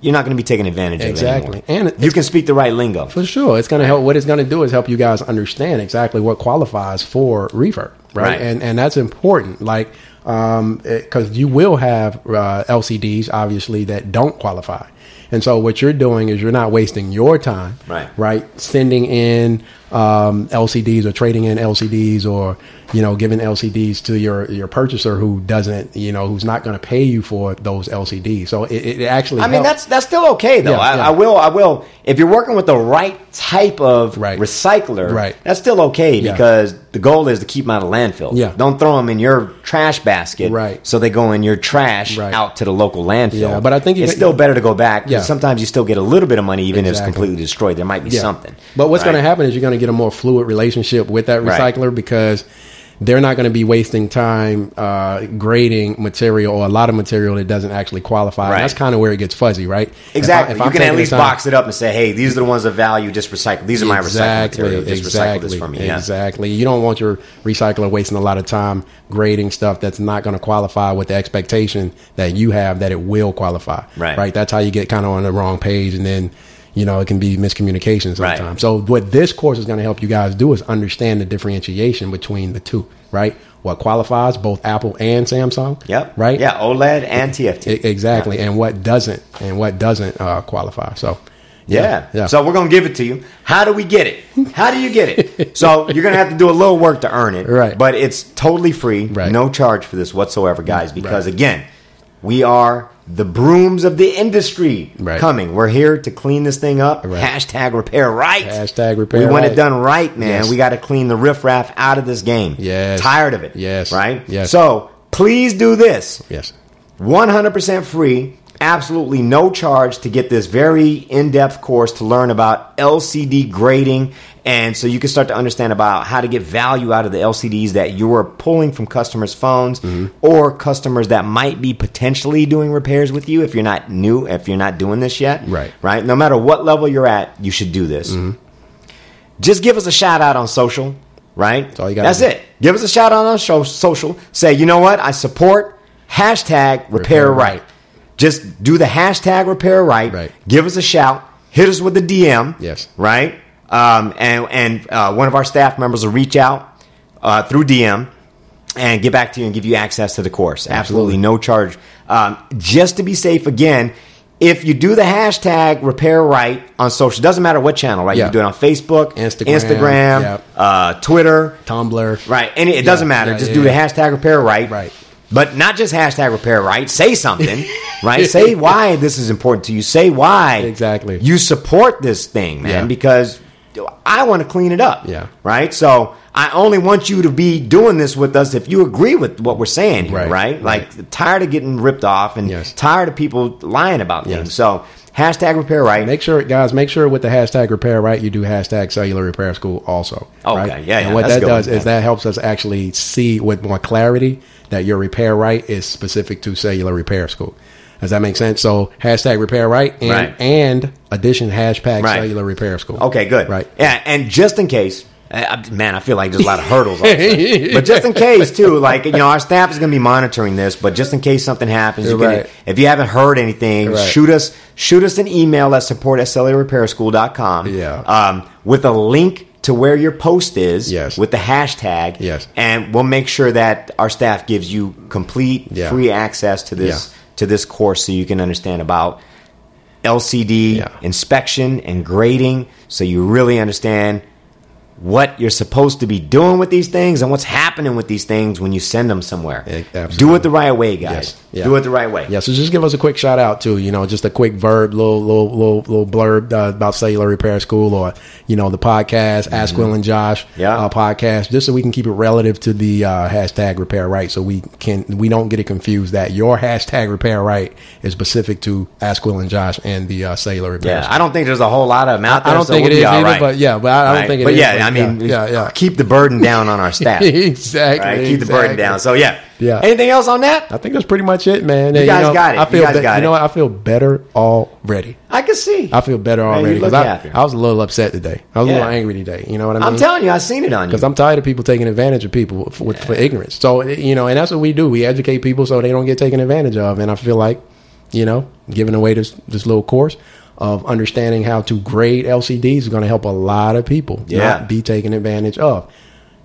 Speaker 2: you're not going to be taken advantage
Speaker 1: Exactly.
Speaker 2: of.
Speaker 1: And
Speaker 2: Exactly.
Speaker 1: it-
Speaker 2: you can speak the right lingo.
Speaker 1: For sure. It's going to help. What it's going to do is help you guys understand exactly what qualifies for reverb. Right.
Speaker 2: Right.
Speaker 1: And, and that's important. Like, um, it, cause you will have, uh, LCDs obviously that don't qualify. And so what you're doing is you're not wasting your time.
Speaker 2: Right.
Speaker 1: Right. Sending in, um, LCDs or trading in LCDs or, you know, giving LCDs to your, your purchaser who doesn't, you know, who's not going to pay you for those LCDs. So it, it actually,
Speaker 2: I mean,
Speaker 1: helps.
Speaker 2: that's that's still okay though.
Speaker 1: Yeah,
Speaker 2: I,
Speaker 1: yeah.
Speaker 2: I will, I will. If you're working with the right type of
Speaker 1: Right.
Speaker 2: recycler,
Speaker 1: Right.
Speaker 2: that's still okay
Speaker 1: Yeah.
Speaker 2: because the goal is to keep them out of landfill.
Speaker 1: Yeah.
Speaker 2: don't throw them in your trash basket.
Speaker 1: Right.
Speaker 2: so they go in your trash
Speaker 1: Right.
Speaker 2: out to the local landfill.
Speaker 1: Yeah, but I think you
Speaker 2: it's
Speaker 1: can-
Speaker 2: still better to go back. 'cause
Speaker 1: Yeah.
Speaker 2: sometimes you still get a little bit of money even if
Speaker 1: Exactly.
Speaker 2: it's completely destroyed. There might be
Speaker 1: Yeah.
Speaker 2: something.
Speaker 1: But what's going
Speaker 2: right?
Speaker 1: to happen is you're going to get a more fluid relationship with that
Speaker 2: Right.
Speaker 1: recycler because they're not going to be wasting time uh, grading material or a lot of material that doesn't actually qualify.
Speaker 2: Right.
Speaker 1: And that's kind of where it gets fuzzy, right? If I-
Speaker 2: Exactly.
Speaker 1: if
Speaker 2: you
Speaker 1: I'm
Speaker 2: can at
Speaker 1: taking
Speaker 2: least
Speaker 1: the time-
Speaker 2: box it up and say, "Hey, these are the ones of value. Just recycle. These are my recycled material. Just recycle this for me." Yeah.
Speaker 1: Exactly. You don't want your recycler wasting a lot of time grading stuff that's not going to qualify with the expectation that you have that it will qualify.
Speaker 2: Right.
Speaker 1: Right. That's how you get kind of on the wrong page and then you know it can be miscommunication
Speaker 2: Right.
Speaker 1: sometimes. So what this course is going to help you guys do is understand the differentiation between the two, right? What qualifies both Apple and Samsung.
Speaker 2: Yep.
Speaker 1: Right?
Speaker 2: Yeah. OLED and TFT.
Speaker 1: E- exactly. And what doesn't and what doesn't uh, qualify. So
Speaker 2: Yeah.
Speaker 1: Yeah.
Speaker 2: So we're gonna give it to you. How do we get it? How do you get it? so you're gonna have to do a little work to earn it.
Speaker 1: Right.
Speaker 2: But it's totally free.
Speaker 1: Right.
Speaker 2: No charge for this whatsoever, guys. Because again, we are the brooms of the industry
Speaker 1: Right.
Speaker 2: coming. We're here to clean this thing up.
Speaker 1: Right.
Speaker 2: Hashtag repair right.
Speaker 1: Hashtag repair
Speaker 2: We want it
Speaker 1: right.
Speaker 2: done right, man.
Speaker 1: Yes.
Speaker 2: We got to clean the riffraff out of this game.
Speaker 1: Yes.
Speaker 2: Tired of it.
Speaker 1: Yes.
Speaker 2: Right.
Speaker 1: Yes.
Speaker 2: So please do this.
Speaker 1: yes.
Speaker 2: 100% free absolutely no charge to get this very in-depth course to learn about LCD grading and so you can start to understand about how to get value out of the LCDs that you are pulling from customers' phones or customers that might be potentially doing repairs with you if you're not new, if you're not doing this yet.
Speaker 1: Right.
Speaker 2: Right? No matter what level you're at, you should do this just give us a shout out on social, right? That's
Speaker 1: all you gotta
Speaker 2: That's
Speaker 1: do.
Speaker 2: it. Give us a shout out on sho- social. Say, you know what? I support hashtag repair,
Speaker 1: Repair
Speaker 2: right.
Speaker 1: Right.
Speaker 2: Just do the hashtag repair right.
Speaker 1: Right.
Speaker 2: Give us a shout. Hit us with a DM.
Speaker 1: Yes.
Speaker 2: Right. Um, and and uh, one of our staff members will reach out uh, through DM and get back to you and give you access to the course. Absolutely,
Speaker 1: Absolutely.
Speaker 2: no charge. Um, just to be safe again, if you do the hashtag repair right on social, doesn't matter what channel, right? You
Speaker 1: Yeah.
Speaker 2: can do it on Facebook,
Speaker 1: Instagram,
Speaker 2: Instagram,
Speaker 1: yep.
Speaker 2: uh, Twitter,
Speaker 1: Tumblr.
Speaker 2: right? Any, it doesn't matter.
Speaker 1: yeah,
Speaker 2: just
Speaker 1: yeah,
Speaker 2: do
Speaker 1: yeah.
Speaker 2: the hashtag repair right,
Speaker 1: Right.
Speaker 2: But not just hashtag repair right. Say something, right? Say why this is important to you. Say why
Speaker 1: Exactly.
Speaker 2: you support this thing, man,
Speaker 1: Yeah.
Speaker 2: because I want to clean it up.
Speaker 1: Yeah.
Speaker 2: Right. So I only want you to be doing this with us if you agree with what we're saying here, right?
Speaker 1: Right,
Speaker 2: Like tired of getting ripped off and
Speaker 1: Yes.
Speaker 2: tired of people lying about
Speaker 1: Yes.
Speaker 2: things. So hashtag repair right.
Speaker 1: Make sure, guys, make sure with the hashtag repair right, you do hashtag cellular repair school also.
Speaker 2: Okay,
Speaker 1: right?
Speaker 2: yeah, yeah,
Speaker 1: And what
Speaker 2: that's a
Speaker 1: that
Speaker 2: good
Speaker 1: does
Speaker 2: one,
Speaker 1: is
Speaker 2: yeah.
Speaker 1: that helps us actually see with more clarity that your repair right is specific to cellular repair school. Does that make sense? So hashtag repair right and,
Speaker 2: Right.
Speaker 1: and addition hashtag
Speaker 2: Right.
Speaker 1: cellular repair school.
Speaker 2: Okay, good.
Speaker 1: Right.
Speaker 2: Yeah, and just in case, I, I- man, I feel like there's a lot of hurdles. on this. but just in case, too, like you know, our staff is going to be monitoring this. But just in case something happens, you
Speaker 1: Right.
Speaker 2: can, if you haven't heard anything,
Speaker 1: Right.
Speaker 2: shoot us shoot us an email at support at cellularrepairschool.com
Speaker 1: Yeah.
Speaker 2: um, with a link. To where your post is,
Speaker 1: Yes.
Speaker 2: with the hashtag,
Speaker 1: Yes.
Speaker 2: and we'll make sure that our staff gives you complete
Speaker 1: Yeah.
Speaker 2: free access to this
Speaker 1: Yeah.
Speaker 2: to this course, so you can understand about LCD
Speaker 1: Yeah.
Speaker 2: inspection and grading so you really understand what you're supposed to be doing with these things and what's happening with these things when you send them somewhere.
Speaker 1: Eh, absolutely.
Speaker 2: Do it the right way, guys.
Speaker 1: Yes. Yeah.
Speaker 2: Do it the right way.
Speaker 1: Yeah, so just give us a quick shout out too. You know, just a quick verb, little little little, little blurb uh, about cellular repair school, or you know, the podcast Ask Will and Josh
Speaker 2: Mm-hmm. Yeah.
Speaker 1: uh, podcast, just so we can keep it relative to the uh, hashtag repair right, so we can we don't get it confused that your hashtag repair right is specific to Ask Will and Josh and the uh, cellular repair.
Speaker 2: Yeah,
Speaker 1: School.
Speaker 2: I don't think there's a whole lot of them out
Speaker 1: I
Speaker 2: there.
Speaker 1: don't
Speaker 2: so
Speaker 1: think
Speaker 2: we'll
Speaker 1: it
Speaker 2: be
Speaker 1: is
Speaker 2: all
Speaker 1: either,
Speaker 2: right.
Speaker 1: but yeah, but I, I don't
Speaker 2: Right?
Speaker 1: think it
Speaker 2: but
Speaker 1: is,
Speaker 2: yeah, I mean,
Speaker 1: yeah, yeah,
Speaker 2: keep the burden down on our staff.
Speaker 1: yeah.
Speaker 2: right?
Speaker 1: exactly.
Speaker 2: Keep the burden
Speaker 1: exactly.
Speaker 2: down. So yeah,
Speaker 1: Yeah.
Speaker 2: Anything else on that?
Speaker 1: I think that's pretty much it, man. You
Speaker 2: guys got it.
Speaker 1: I
Speaker 2: You
Speaker 1: feel
Speaker 2: guys
Speaker 1: be-
Speaker 2: got
Speaker 1: you know
Speaker 2: it.
Speaker 1: what? I feel better already.
Speaker 2: I can see.
Speaker 1: I feel better
Speaker 2: Man, you
Speaker 1: already
Speaker 2: look
Speaker 1: because I,
Speaker 2: happier.
Speaker 1: I was a little upset today. I was a
Speaker 2: Yeah.
Speaker 1: little angry today. You know what I mean?
Speaker 2: I'm telling you, I seen it on you.
Speaker 1: because I'm tired of people taking advantage of people for, with- for ignorance. So you know, and that's what we do. We educate people so they don't get taken advantage of. And I feel like, you know, giving away this this little course of understanding how to grade LCDs is going to help a lot of people
Speaker 2: Yeah.
Speaker 1: not be taken advantage of.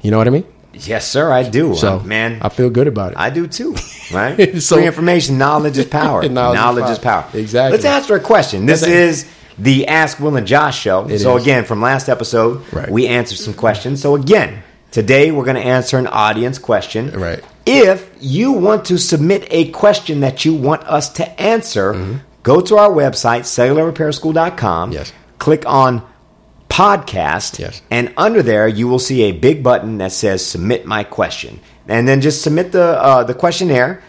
Speaker 1: You know what I mean?
Speaker 2: yes, sir, I do.
Speaker 1: So
Speaker 2: Uh, man,
Speaker 1: I feel good about it.
Speaker 2: I do too, right?
Speaker 1: So-
Speaker 2: Free information, knowledge is power. knowledge
Speaker 1: Knowledge is
Speaker 2: is power.
Speaker 1: power. Exactly.
Speaker 2: Let's answer a question. This
Speaker 1: Let's-
Speaker 2: is the Ask Will and Josh show. so
Speaker 1: is.
Speaker 2: again, from last episode,
Speaker 1: Right.
Speaker 2: we answered some questions. So again, today we're going to answer an audience question.
Speaker 1: Right.
Speaker 2: If you want to submit a question that you want us to answer, go to our website cellularrepairschool.com.
Speaker 1: Mm-hmm. Yes.
Speaker 2: Click on podcast.
Speaker 1: Yes.
Speaker 2: And under there, you will see a big button that says "Submit my question," and then just submit the uh, the questionnaire.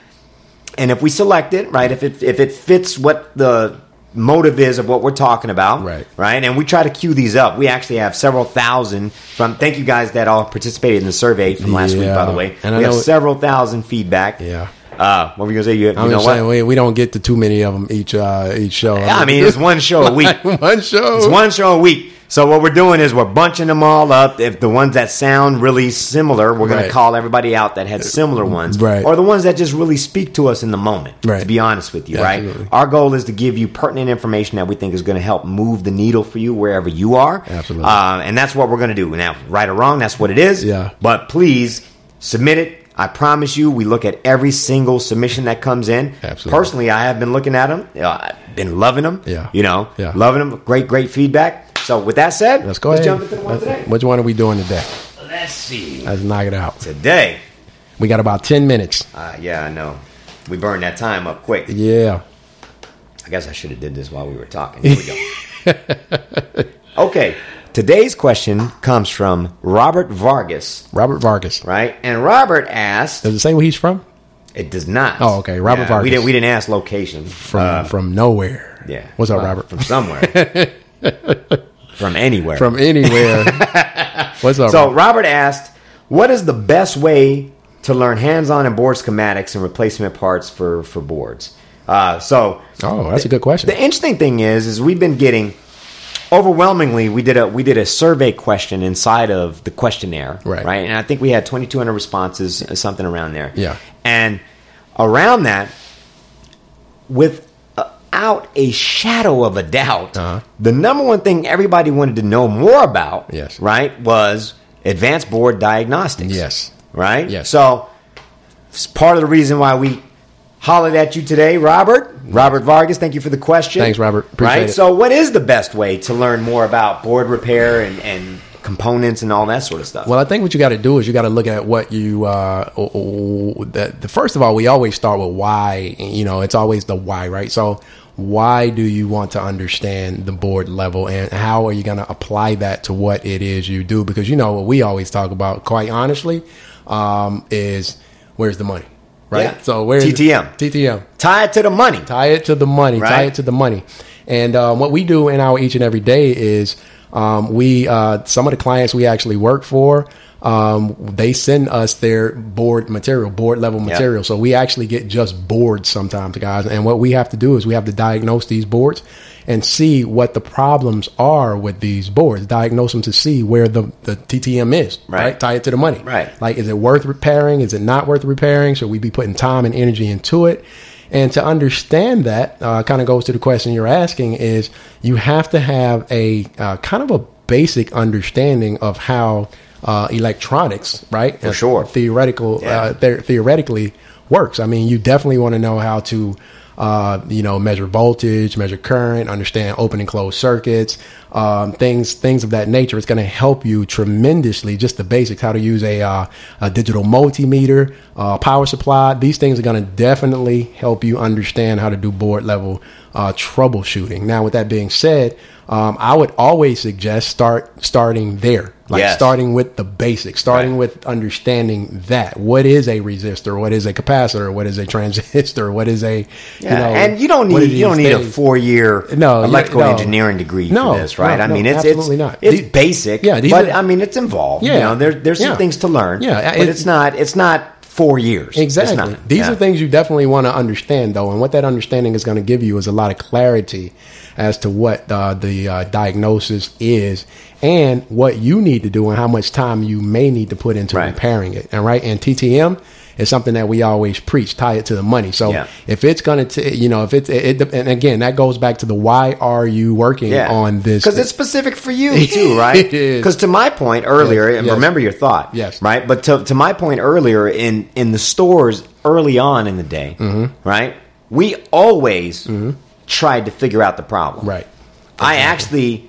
Speaker 2: And if we select it, right, if it if it fits what the motive is of what we're talking about,
Speaker 1: Right.
Speaker 2: right, and we try to queue these up. We actually have several thousand from. Thank you guys that all participated in the survey from last week, by the
Speaker 1: Yeah.
Speaker 2: way.
Speaker 1: And I
Speaker 2: we have
Speaker 1: know-
Speaker 2: several thousand feedback.
Speaker 1: Yeah.
Speaker 2: Uh, what were you gonna say? You, you
Speaker 1: I'm
Speaker 2: know
Speaker 1: just saying
Speaker 2: what?
Speaker 1: we, we don't get to too many of them each uh, each show.
Speaker 2: I mean, it's one show a week.
Speaker 1: one show.
Speaker 2: It's one show a week. So what we're doing is we're bunching them all up. If the ones that sound really similar, we're going
Speaker 1: Right.
Speaker 2: to call everybody out that had similar ones,
Speaker 1: Right.
Speaker 2: or the ones that just really speak to us in the moment. To
Speaker 1: Right.
Speaker 2: be honest with you,
Speaker 1: Absolutely.
Speaker 2: right? Our goal is to give you pertinent information that we think is going to help move the needle for you wherever you are.
Speaker 1: Absolutely.
Speaker 2: Uh, and that's what we're going to do. Now, right or wrong, that's what it is.
Speaker 1: Yeah.
Speaker 2: But please submit it. I promise you, we look at every single submission that comes in.
Speaker 1: Absolutely.
Speaker 2: Personally, I have been looking at them. I've been loving them.
Speaker 1: Yeah.
Speaker 2: You know,
Speaker 1: Yeah.
Speaker 2: loving them. Great, great feedback. So with that said,
Speaker 1: Let's go ahead.
Speaker 2: jump into the one
Speaker 1: Let's-
Speaker 2: today.
Speaker 1: Which one are we doing today?
Speaker 2: Let's see.
Speaker 1: Let's knock it out.
Speaker 2: Today,
Speaker 1: We got about 10 minutes.
Speaker 2: uh, yeah, I know. We burned that time up quick.
Speaker 1: Yeah.
Speaker 2: I guess I should have did this while we were talking. Here we go. okay, today's question comes from Robert Vargas,
Speaker 1: Robert Vargas.
Speaker 2: right? And Robert asked,
Speaker 1: Does it say where he's from?
Speaker 2: It does not.
Speaker 1: Oh, okay. Robert
Speaker 2: yeah,
Speaker 1: Vargas.
Speaker 2: We didn't. We didn't ask location
Speaker 1: from from nowhere.
Speaker 2: Uh, Yeah. Uh,
Speaker 1: What's up,
Speaker 2: Well,
Speaker 1: Robert?
Speaker 2: From somewhere. from anywhere.
Speaker 1: From anywhere. What's up?
Speaker 2: so
Speaker 1: Robert?
Speaker 2: Robert asked, "What is the best way to learn hands-on and board schematics and replacement parts for for boards?" Uh, so
Speaker 1: Oh, that's a good question.
Speaker 2: the interesting thing is, is we've been getting overwhelmingly we did a we did a survey question inside of the questionnaire,
Speaker 1: Right.
Speaker 2: Right, and I think we had 2,200 responses, uh, something around there.
Speaker 1: Yeah.
Speaker 2: and around that, without a shadow of a doubt,
Speaker 1: Uh-huh.
Speaker 2: the number one thing everybody wanted to know more about,
Speaker 1: Yes.
Speaker 2: right, was advanced board diagnostics.
Speaker 1: Yes.
Speaker 2: right.
Speaker 1: Yes.
Speaker 2: So it's part of the reason why we hollered at you today, Robert. Robert Vargas, thank you for the question.
Speaker 1: Thanks, Robert. Appreciate
Speaker 2: right.
Speaker 1: it.
Speaker 2: So, what is the best way to learn more about board repair and, and components and all that sort of stuff?
Speaker 1: Well, I think what you got to do is you got to look at what you. Uh, o- o- that the first of all, we always start with why. You know, it's always the why, right? So, why do you want to understand the board level, and how are you going to apply that to what it is you do? Because you know what we always talk about, quite honestly, um, is where's the money, right?
Speaker 2: Yeah.
Speaker 1: So where's
Speaker 2: TTM.
Speaker 1: TTM
Speaker 2: Tie it to the money.
Speaker 1: tie it to the money tie
Speaker 2: Right.
Speaker 1: it to the money and um, what we do in our each and every day is um, we uh, some of the clients we actually work for um, they send us their board material board level material so we actually get just boards sometimes guys and what we have to do is we have to diagnose these boards and see what the problems are with these boards diagnose them to see where the, the ttm is
Speaker 2: Right.
Speaker 1: right tie it to the money
Speaker 2: Right.
Speaker 1: like, is it worth repairing? Is it not worth repairing? Should we be putting time and energy into it? And to understand that, uh, kind of goes to the question you're asking: is you have to have a uh, kind of a basic understanding of how uh, electronics, right? For
Speaker 2: sure.
Speaker 1: theoretical uh,
Speaker 2: Yeah.
Speaker 1: the- theoretically works. I mean, you definitely want to know how to, uh, you know, measure voltage, measure current, understand open and closed circuits, um, things things of that nature. It's going to help you tremendously. Just the basics, how to use a, uh, a digital multimeter, uh, power supply. These things are going to definitely help you understand how to do board level uh, troubleshooting. Now, with that being said. Um, I would always suggest start starting there, like
Speaker 2: Yes.
Speaker 1: starting starting with the basics, starting
Speaker 2: Right.
Speaker 1: with understanding that what is a resistor, what is a capacitor, what is a transistor, what is a
Speaker 2: Yeah, and you don't
Speaker 1: what are
Speaker 2: need
Speaker 1: these
Speaker 2: you don't need a
Speaker 1: things?
Speaker 2: four year
Speaker 1: No, you-
Speaker 2: electrical
Speaker 1: no.
Speaker 2: engineering degree
Speaker 1: No,
Speaker 2: for this, right?
Speaker 1: no,
Speaker 2: I
Speaker 1: no,
Speaker 2: mean, it's
Speaker 1: absolutely
Speaker 2: it's
Speaker 1: not.
Speaker 2: it's
Speaker 1: The-
Speaker 2: basic,
Speaker 1: Yeah, these
Speaker 2: but
Speaker 1: are-
Speaker 2: I mean, it's involved.
Speaker 1: Yeah.
Speaker 2: you know, there, there's
Speaker 1: Yeah.
Speaker 2: some things to learn,
Speaker 1: Yeah,
Speaker 2: but
Speaker 1: it-
Speaker 2: it's not it's not four years. It's
Speaker 1: Exactly.
Speaker 2: not.
Speaker 1: These
Speaker 2: Yeah.
Speaker 1: are things you definitely want to understand, though, and what that understanding is going to give you is a lot of clarity as to what uh, the uh, diagnosis is and what you need to do and how much time you may need to put into
Speaker 2: Right.
Speaker 1: repairing it. And right, and TTM is something that we always preach: tie it to the money. So
Speaker 2: Yeah.
Speaker 1: if it's going to, you know, if it's, it, it, and again, that goes back to the why are you working on this?
Speaker 2: because it's specific for you too, right?
Speaker 1: It is.
Speaker 2: Because to my point earlier,
Speaker 1: Yes,
Speaker 2: and
Speaker 1: yes.
Speaker 2: remember your thought,
Speaker 1: Yes.
Speaker 2: right? But to, to my point earlier, in in the stores early on in the day,
Speaker 1: Mm-hmm.
Speaker 2: right? We always tried to figure out the problem,
Speaker 1: Right.
Speaker 2: I actually,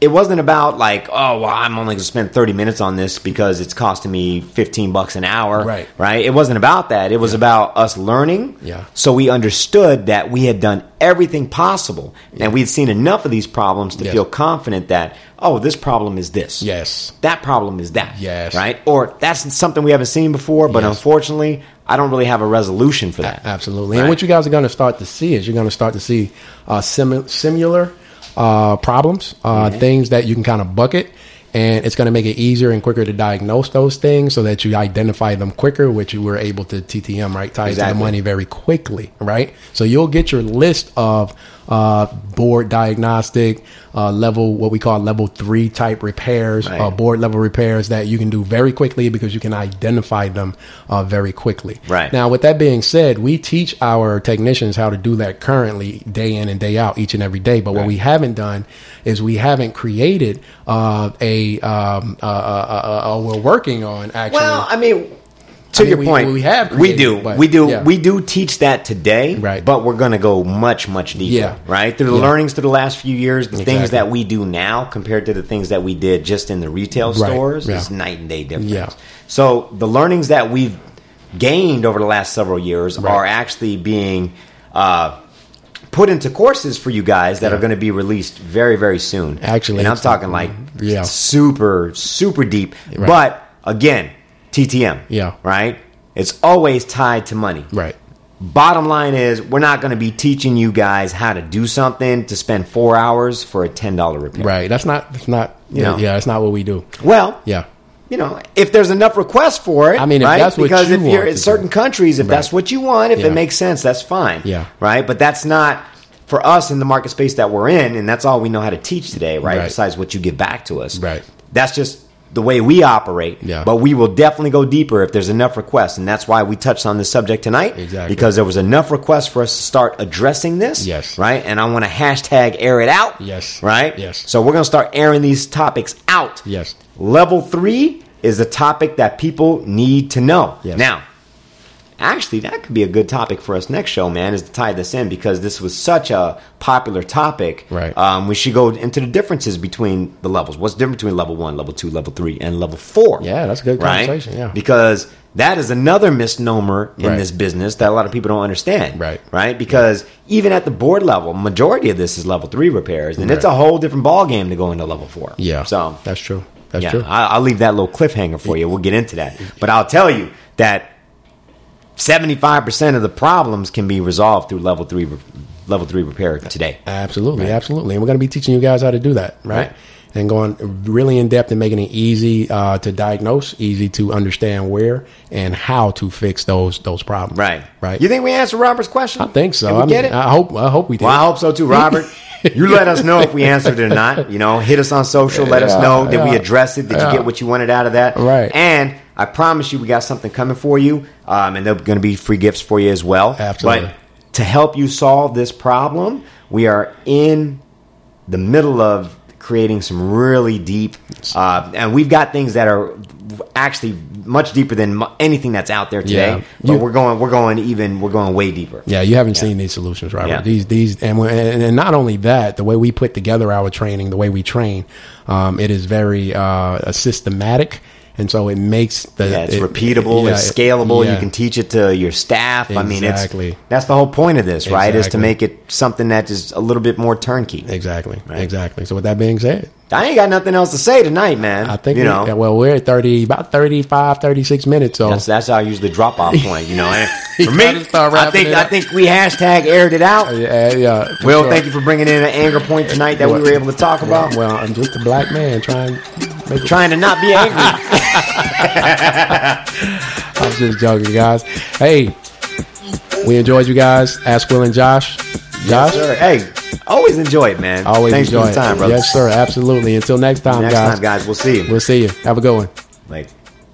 Speaker 2: it wasn't about like, oh, well, I'm only going to spend 30 minutes on this because it's costing me 15 bucks an hour.
Speaker 1: Right.
Speaker 2: Right. It wasn't about that. It was about us learning.
Speaker 1: Yeah.
Speaker 2: So we understood that we had done everything possible and we had seen enough of these problems to
Speaker 1: Yes.
Speaker 2: feel confident that, oh, this problem is this.
Speaker 1: yes.
Speaker 2: That problem is that.
Speaker 1: Yes.
Speaker 2: Right. Or that's something we haven't seen before, but
Speaker 1: Yes.
Speaker 2: unfortunately, I don't really have a resolution for that.
Speaker 1: Absolutely. And
Speaker 2: Right.
Speaker 1: what you guys are going to start to see is you're going to start to see uh, sim- similar uh, problems, uh,
Speaker 2: Mm-hmm.
Speaker 1: things that you can kind of bucket. And it's going to make it easier and quicker to diagnose those things so that you identify them quicker, which you were able to TTM, right? Ties to the
Speaker 2: Exactly.
Speaker 1: money very quickly, right? So you'll get your list of uh, board diagnostic, uh, level, what we call level three type repairs,
Speaker 2: Right.
Speaker 1: uh, board level repairs that you can do very quickly because you can identify them uh, very quickly.
Speaker 2: Right.
Speaker 1: Now, with that being said, we teach our technicians how to do that currently, day in and day out, each and every day. But what we haven't done is we haven't created uh, a, um, uh, uh, uh, uh, we're working on actually.
Speaker 2: Well, I mean,
Speaker 1: I
Speaker 2: to
Speaker 1: mean,
Speaker 2: your
Speaker 1: we-
Speaker 2: point,
Speaker 1: we have
Speaker 2: we
Speaker 1: created,
Speaker 2: do,
Speaker 1: but-
Speaker 2: we do,
Speaker 1: yeah.
Speaker 2: we do teach that today,
Speaker 1: Right.
Speaker 2: But we're going to go much, much deeper,
Speaker 1: Yeah.
Speaker 2: right? Through the
Speaker 1: Yeah.
Speaker 2: learnings through the last few years, the
Speaker 1: Exactly.
Speaker 2: things that we do now compared to the things that we did just in the retail
Speaker 1: Right.
Speaker 2: stores
Speaker 1: Yeah.
Speaker 2: is night and day difference.
Speaker 1: Yeah.
Speaker 2: So the learnings that we've gained over the last several years are actually being. Uh, Put into courses for you guys that are going to be released very, very soon.
Speaker 1: Actually,
Speaker 2: and I'm
Speaker 1: it's-
Speaker 2: talking like
Speaker 1: Yeah.
Speaker 2: super, super deep.
Speaker 1: Right.
Speaker 2: But again, TTM.
Speaker 1: Yeah.
Speaker 2: Right? It's always tied to money.
Speaker 1: Right.
Speaker 2: Bottom line is, we're not going to be teaching you guys how to do something to spend four hours for a ten dollar repair.
Speaker 1: Right. That's not. That's not.
Speaker 2: Yeah.
Speaker 1: Yeah. That's not what we do.
Speaker 2: Well,
Speaker 1: Yeah.
Speaker 2: you know, if there's enough requests for it,
Speaker 1: I mean, if
Speaker 2: right?
Speaker 1: that's what
Speaker 2: because
Speaker 1: you
Speaker 2: if
Speaker 1: want
Speaker 2: you're
Speaker 1: to
Speaker 2: in
Speaker 1: do.
Speaker 2: certain countries, if that's what you want, if
Speaker 1: Yeah.
Speaker 2: it makes sense, that's fine.
Speaker 1: Yeah.
Speaker 2: right. But that's not for us in the market space that we're in, and that's all we know how to teach today, right?
Speaker 1: Right.
Speaker 2: Besides what you give back to us,
Speaker 1: Right.
Speaker 2: That's just the way we operate.
Speaker 1: Yeah.
Speaker 2: But we will definitely go deeper if there's enough requests, and that's why we touched on this subject tonight.
Speaker 1: Exactly.
Speaker 2: Because there was enough requests for us to start addressing this.
Speaker 1: Yes.
Speaker 2: Right. And I want to hashtag air it out.
Speaker 1: Yes.
Speaker 2: Right.
Speaker 1: Yes.
Speaker 2: So we're gonna start airing these topics out.
Speaker 1: Yes.
Speaker 2: Level three is a topic that people need to know.
Speaker 1: Yes.
Speaker 2: Now, actually, that could be a good topic for us next show, man, is to tie this in because this was such a popular topic.
Speaker 1: Right.
Speaker 2: Um, we should go into the differences between the levels. What's the difference between level one, level two, level three, and level four?
Speaker 1: Yeah, that's a good
Speaker 2: right?
Speaker 1: conversation, yeah.
Speaker 2: Because that is another misnomer in
Speaker 1: Right.
Speaker 2: this business that a lot of people don't understand.
Speaker 1: Right.
Speaker 2: Right? Because even at the board level, majority of this is level three repairs, and it's a
Speaker 1: Right.
Speaker 2: whole different ballgame to go into level four.
Speaker 1: Yeah.
Speaker 2: So
Speaker 1: that's true. That's
Speaker 2: yeah,
Speaker 1: true.
Speaker 2: I, I'll leave that little cliffhanger for you. We'll get into that. But I'll tell you that 75% of the problems can be resolved through level 3 re- level 3 repair today.
Speaker 1: Absolutely, absolutely. And we're going to be teaching you guys how to do that, right?
Speaker 2: Right.
Speaker 1: And going really in depth and making it easy uh, to diagnose, easy to understand where and how to fix those those problems. Right.
Speaker 2: You think we answered Robert's question?
Speaker 1: I think so.
Speaker 2: Did we
Speaker 1: I mean,
Speaker 2: get it?
Speaker 1: I hope I hope we did.
Speaker 2: well, I hope so too, Robert. you let us know if we answered it or not. You know, hit us on social. Let us
Speaker 1: Yeah,
Speaker 2: know. Did we
Speaker 1: yeah,
Speaker 2: address it? Did
Speaker 1: yeah.
Speaker 2: you get what you wanted out of that?
Speaker 1: Right.
Speaker 2: And I promise you, we got something coming for you. Um, and there are going to be free gifts for you as well.
Speaker 1: Absolutely.
Speaker 2: But to help you solve this problem, we are in the middle of creating some really deep, uh, and we've got things that are actually much deeper than mu- anything that's out there today.
Speaker 1: Yeah.
Speaker 2: But
Speaker 1: You-
Speaker 2: we're going, we're going even, we're going way deeper.
Speaker 1: Yeah, you haven't seen these solutions, Robert.
Speaker 2: Yeah.
Speaker 1: These these and, we- and and not only that, the way we put together our training, the way we train, um, it is very uh, systematic, and so it makes the
Speaker 2: Yeah, it's
Speaker 1: it-
Speaker 2: repeatable,
Speaker 1: yeah,
Speaker 2: it's
Speaker 1: it-
Speaker 2: scalable. You
Speaker 1: yeah.
Speaker 2: can teach it to your staff. I mean, it's
Speaker 1: Exactly.
Speaker 2: that's the whole point of this, right? Is to
Speaker 1: Exactly.
Speaker 2: make it something that is a little bit more turnkey.
Speaker 1: exactly, exactly. So with that being said,
Speaker 2: I ain't got nothing else to say tonight, man.
Speaker 1: I think
Speaker 2: you
Speaker 1: we-
Speaker 2: know
Speaker 1: yeah, well, we're at thirty, about 35, 36 minutes. So
Speaker 2: that's that's how I use the drop off point. You know, And
Speaker 1: You
Speaker 2: for me,
Speaker 1: gotta start
Speaker 2: I
Speaker 1: wrapping
Speaker 2: think
Speaker 1: it
Speaker 2: I
Speaker 1: up.
Speaker 2: think we hashtag aired it out.
Speaker 1: uh, yeah, yeah. for
Speaker 2: Will,
Speaker 1: sure.
Speaker 2: thank you for bringing in an anger point tonight that we were able to talk about.
Speaker 1: Well, I'm just a black man trying. Make it,
Speaker 2: Trying to not be angry.
Speaker 1: I'm just joking, guys. Hey, we enjoyed you guys. Ask Will and Josh. Josh.
Speaker 2: Sure. Hey, always enjoy it, man.
Speaker 1: Always
Speaker 2: Thanks
Speaker 1: enjoy
Speaker 2: for the
Speaker 1: it.
Speaker 2: time, brother.
Speaker 1: Yes, sir. Absolutely. Until next time,
Speaker 2: Next
Speaker 1: guys.
Speaker 2: time, guys, we'll see you.
Speaker 1: We'll see you. Have a good one.
Speaker 2: Later.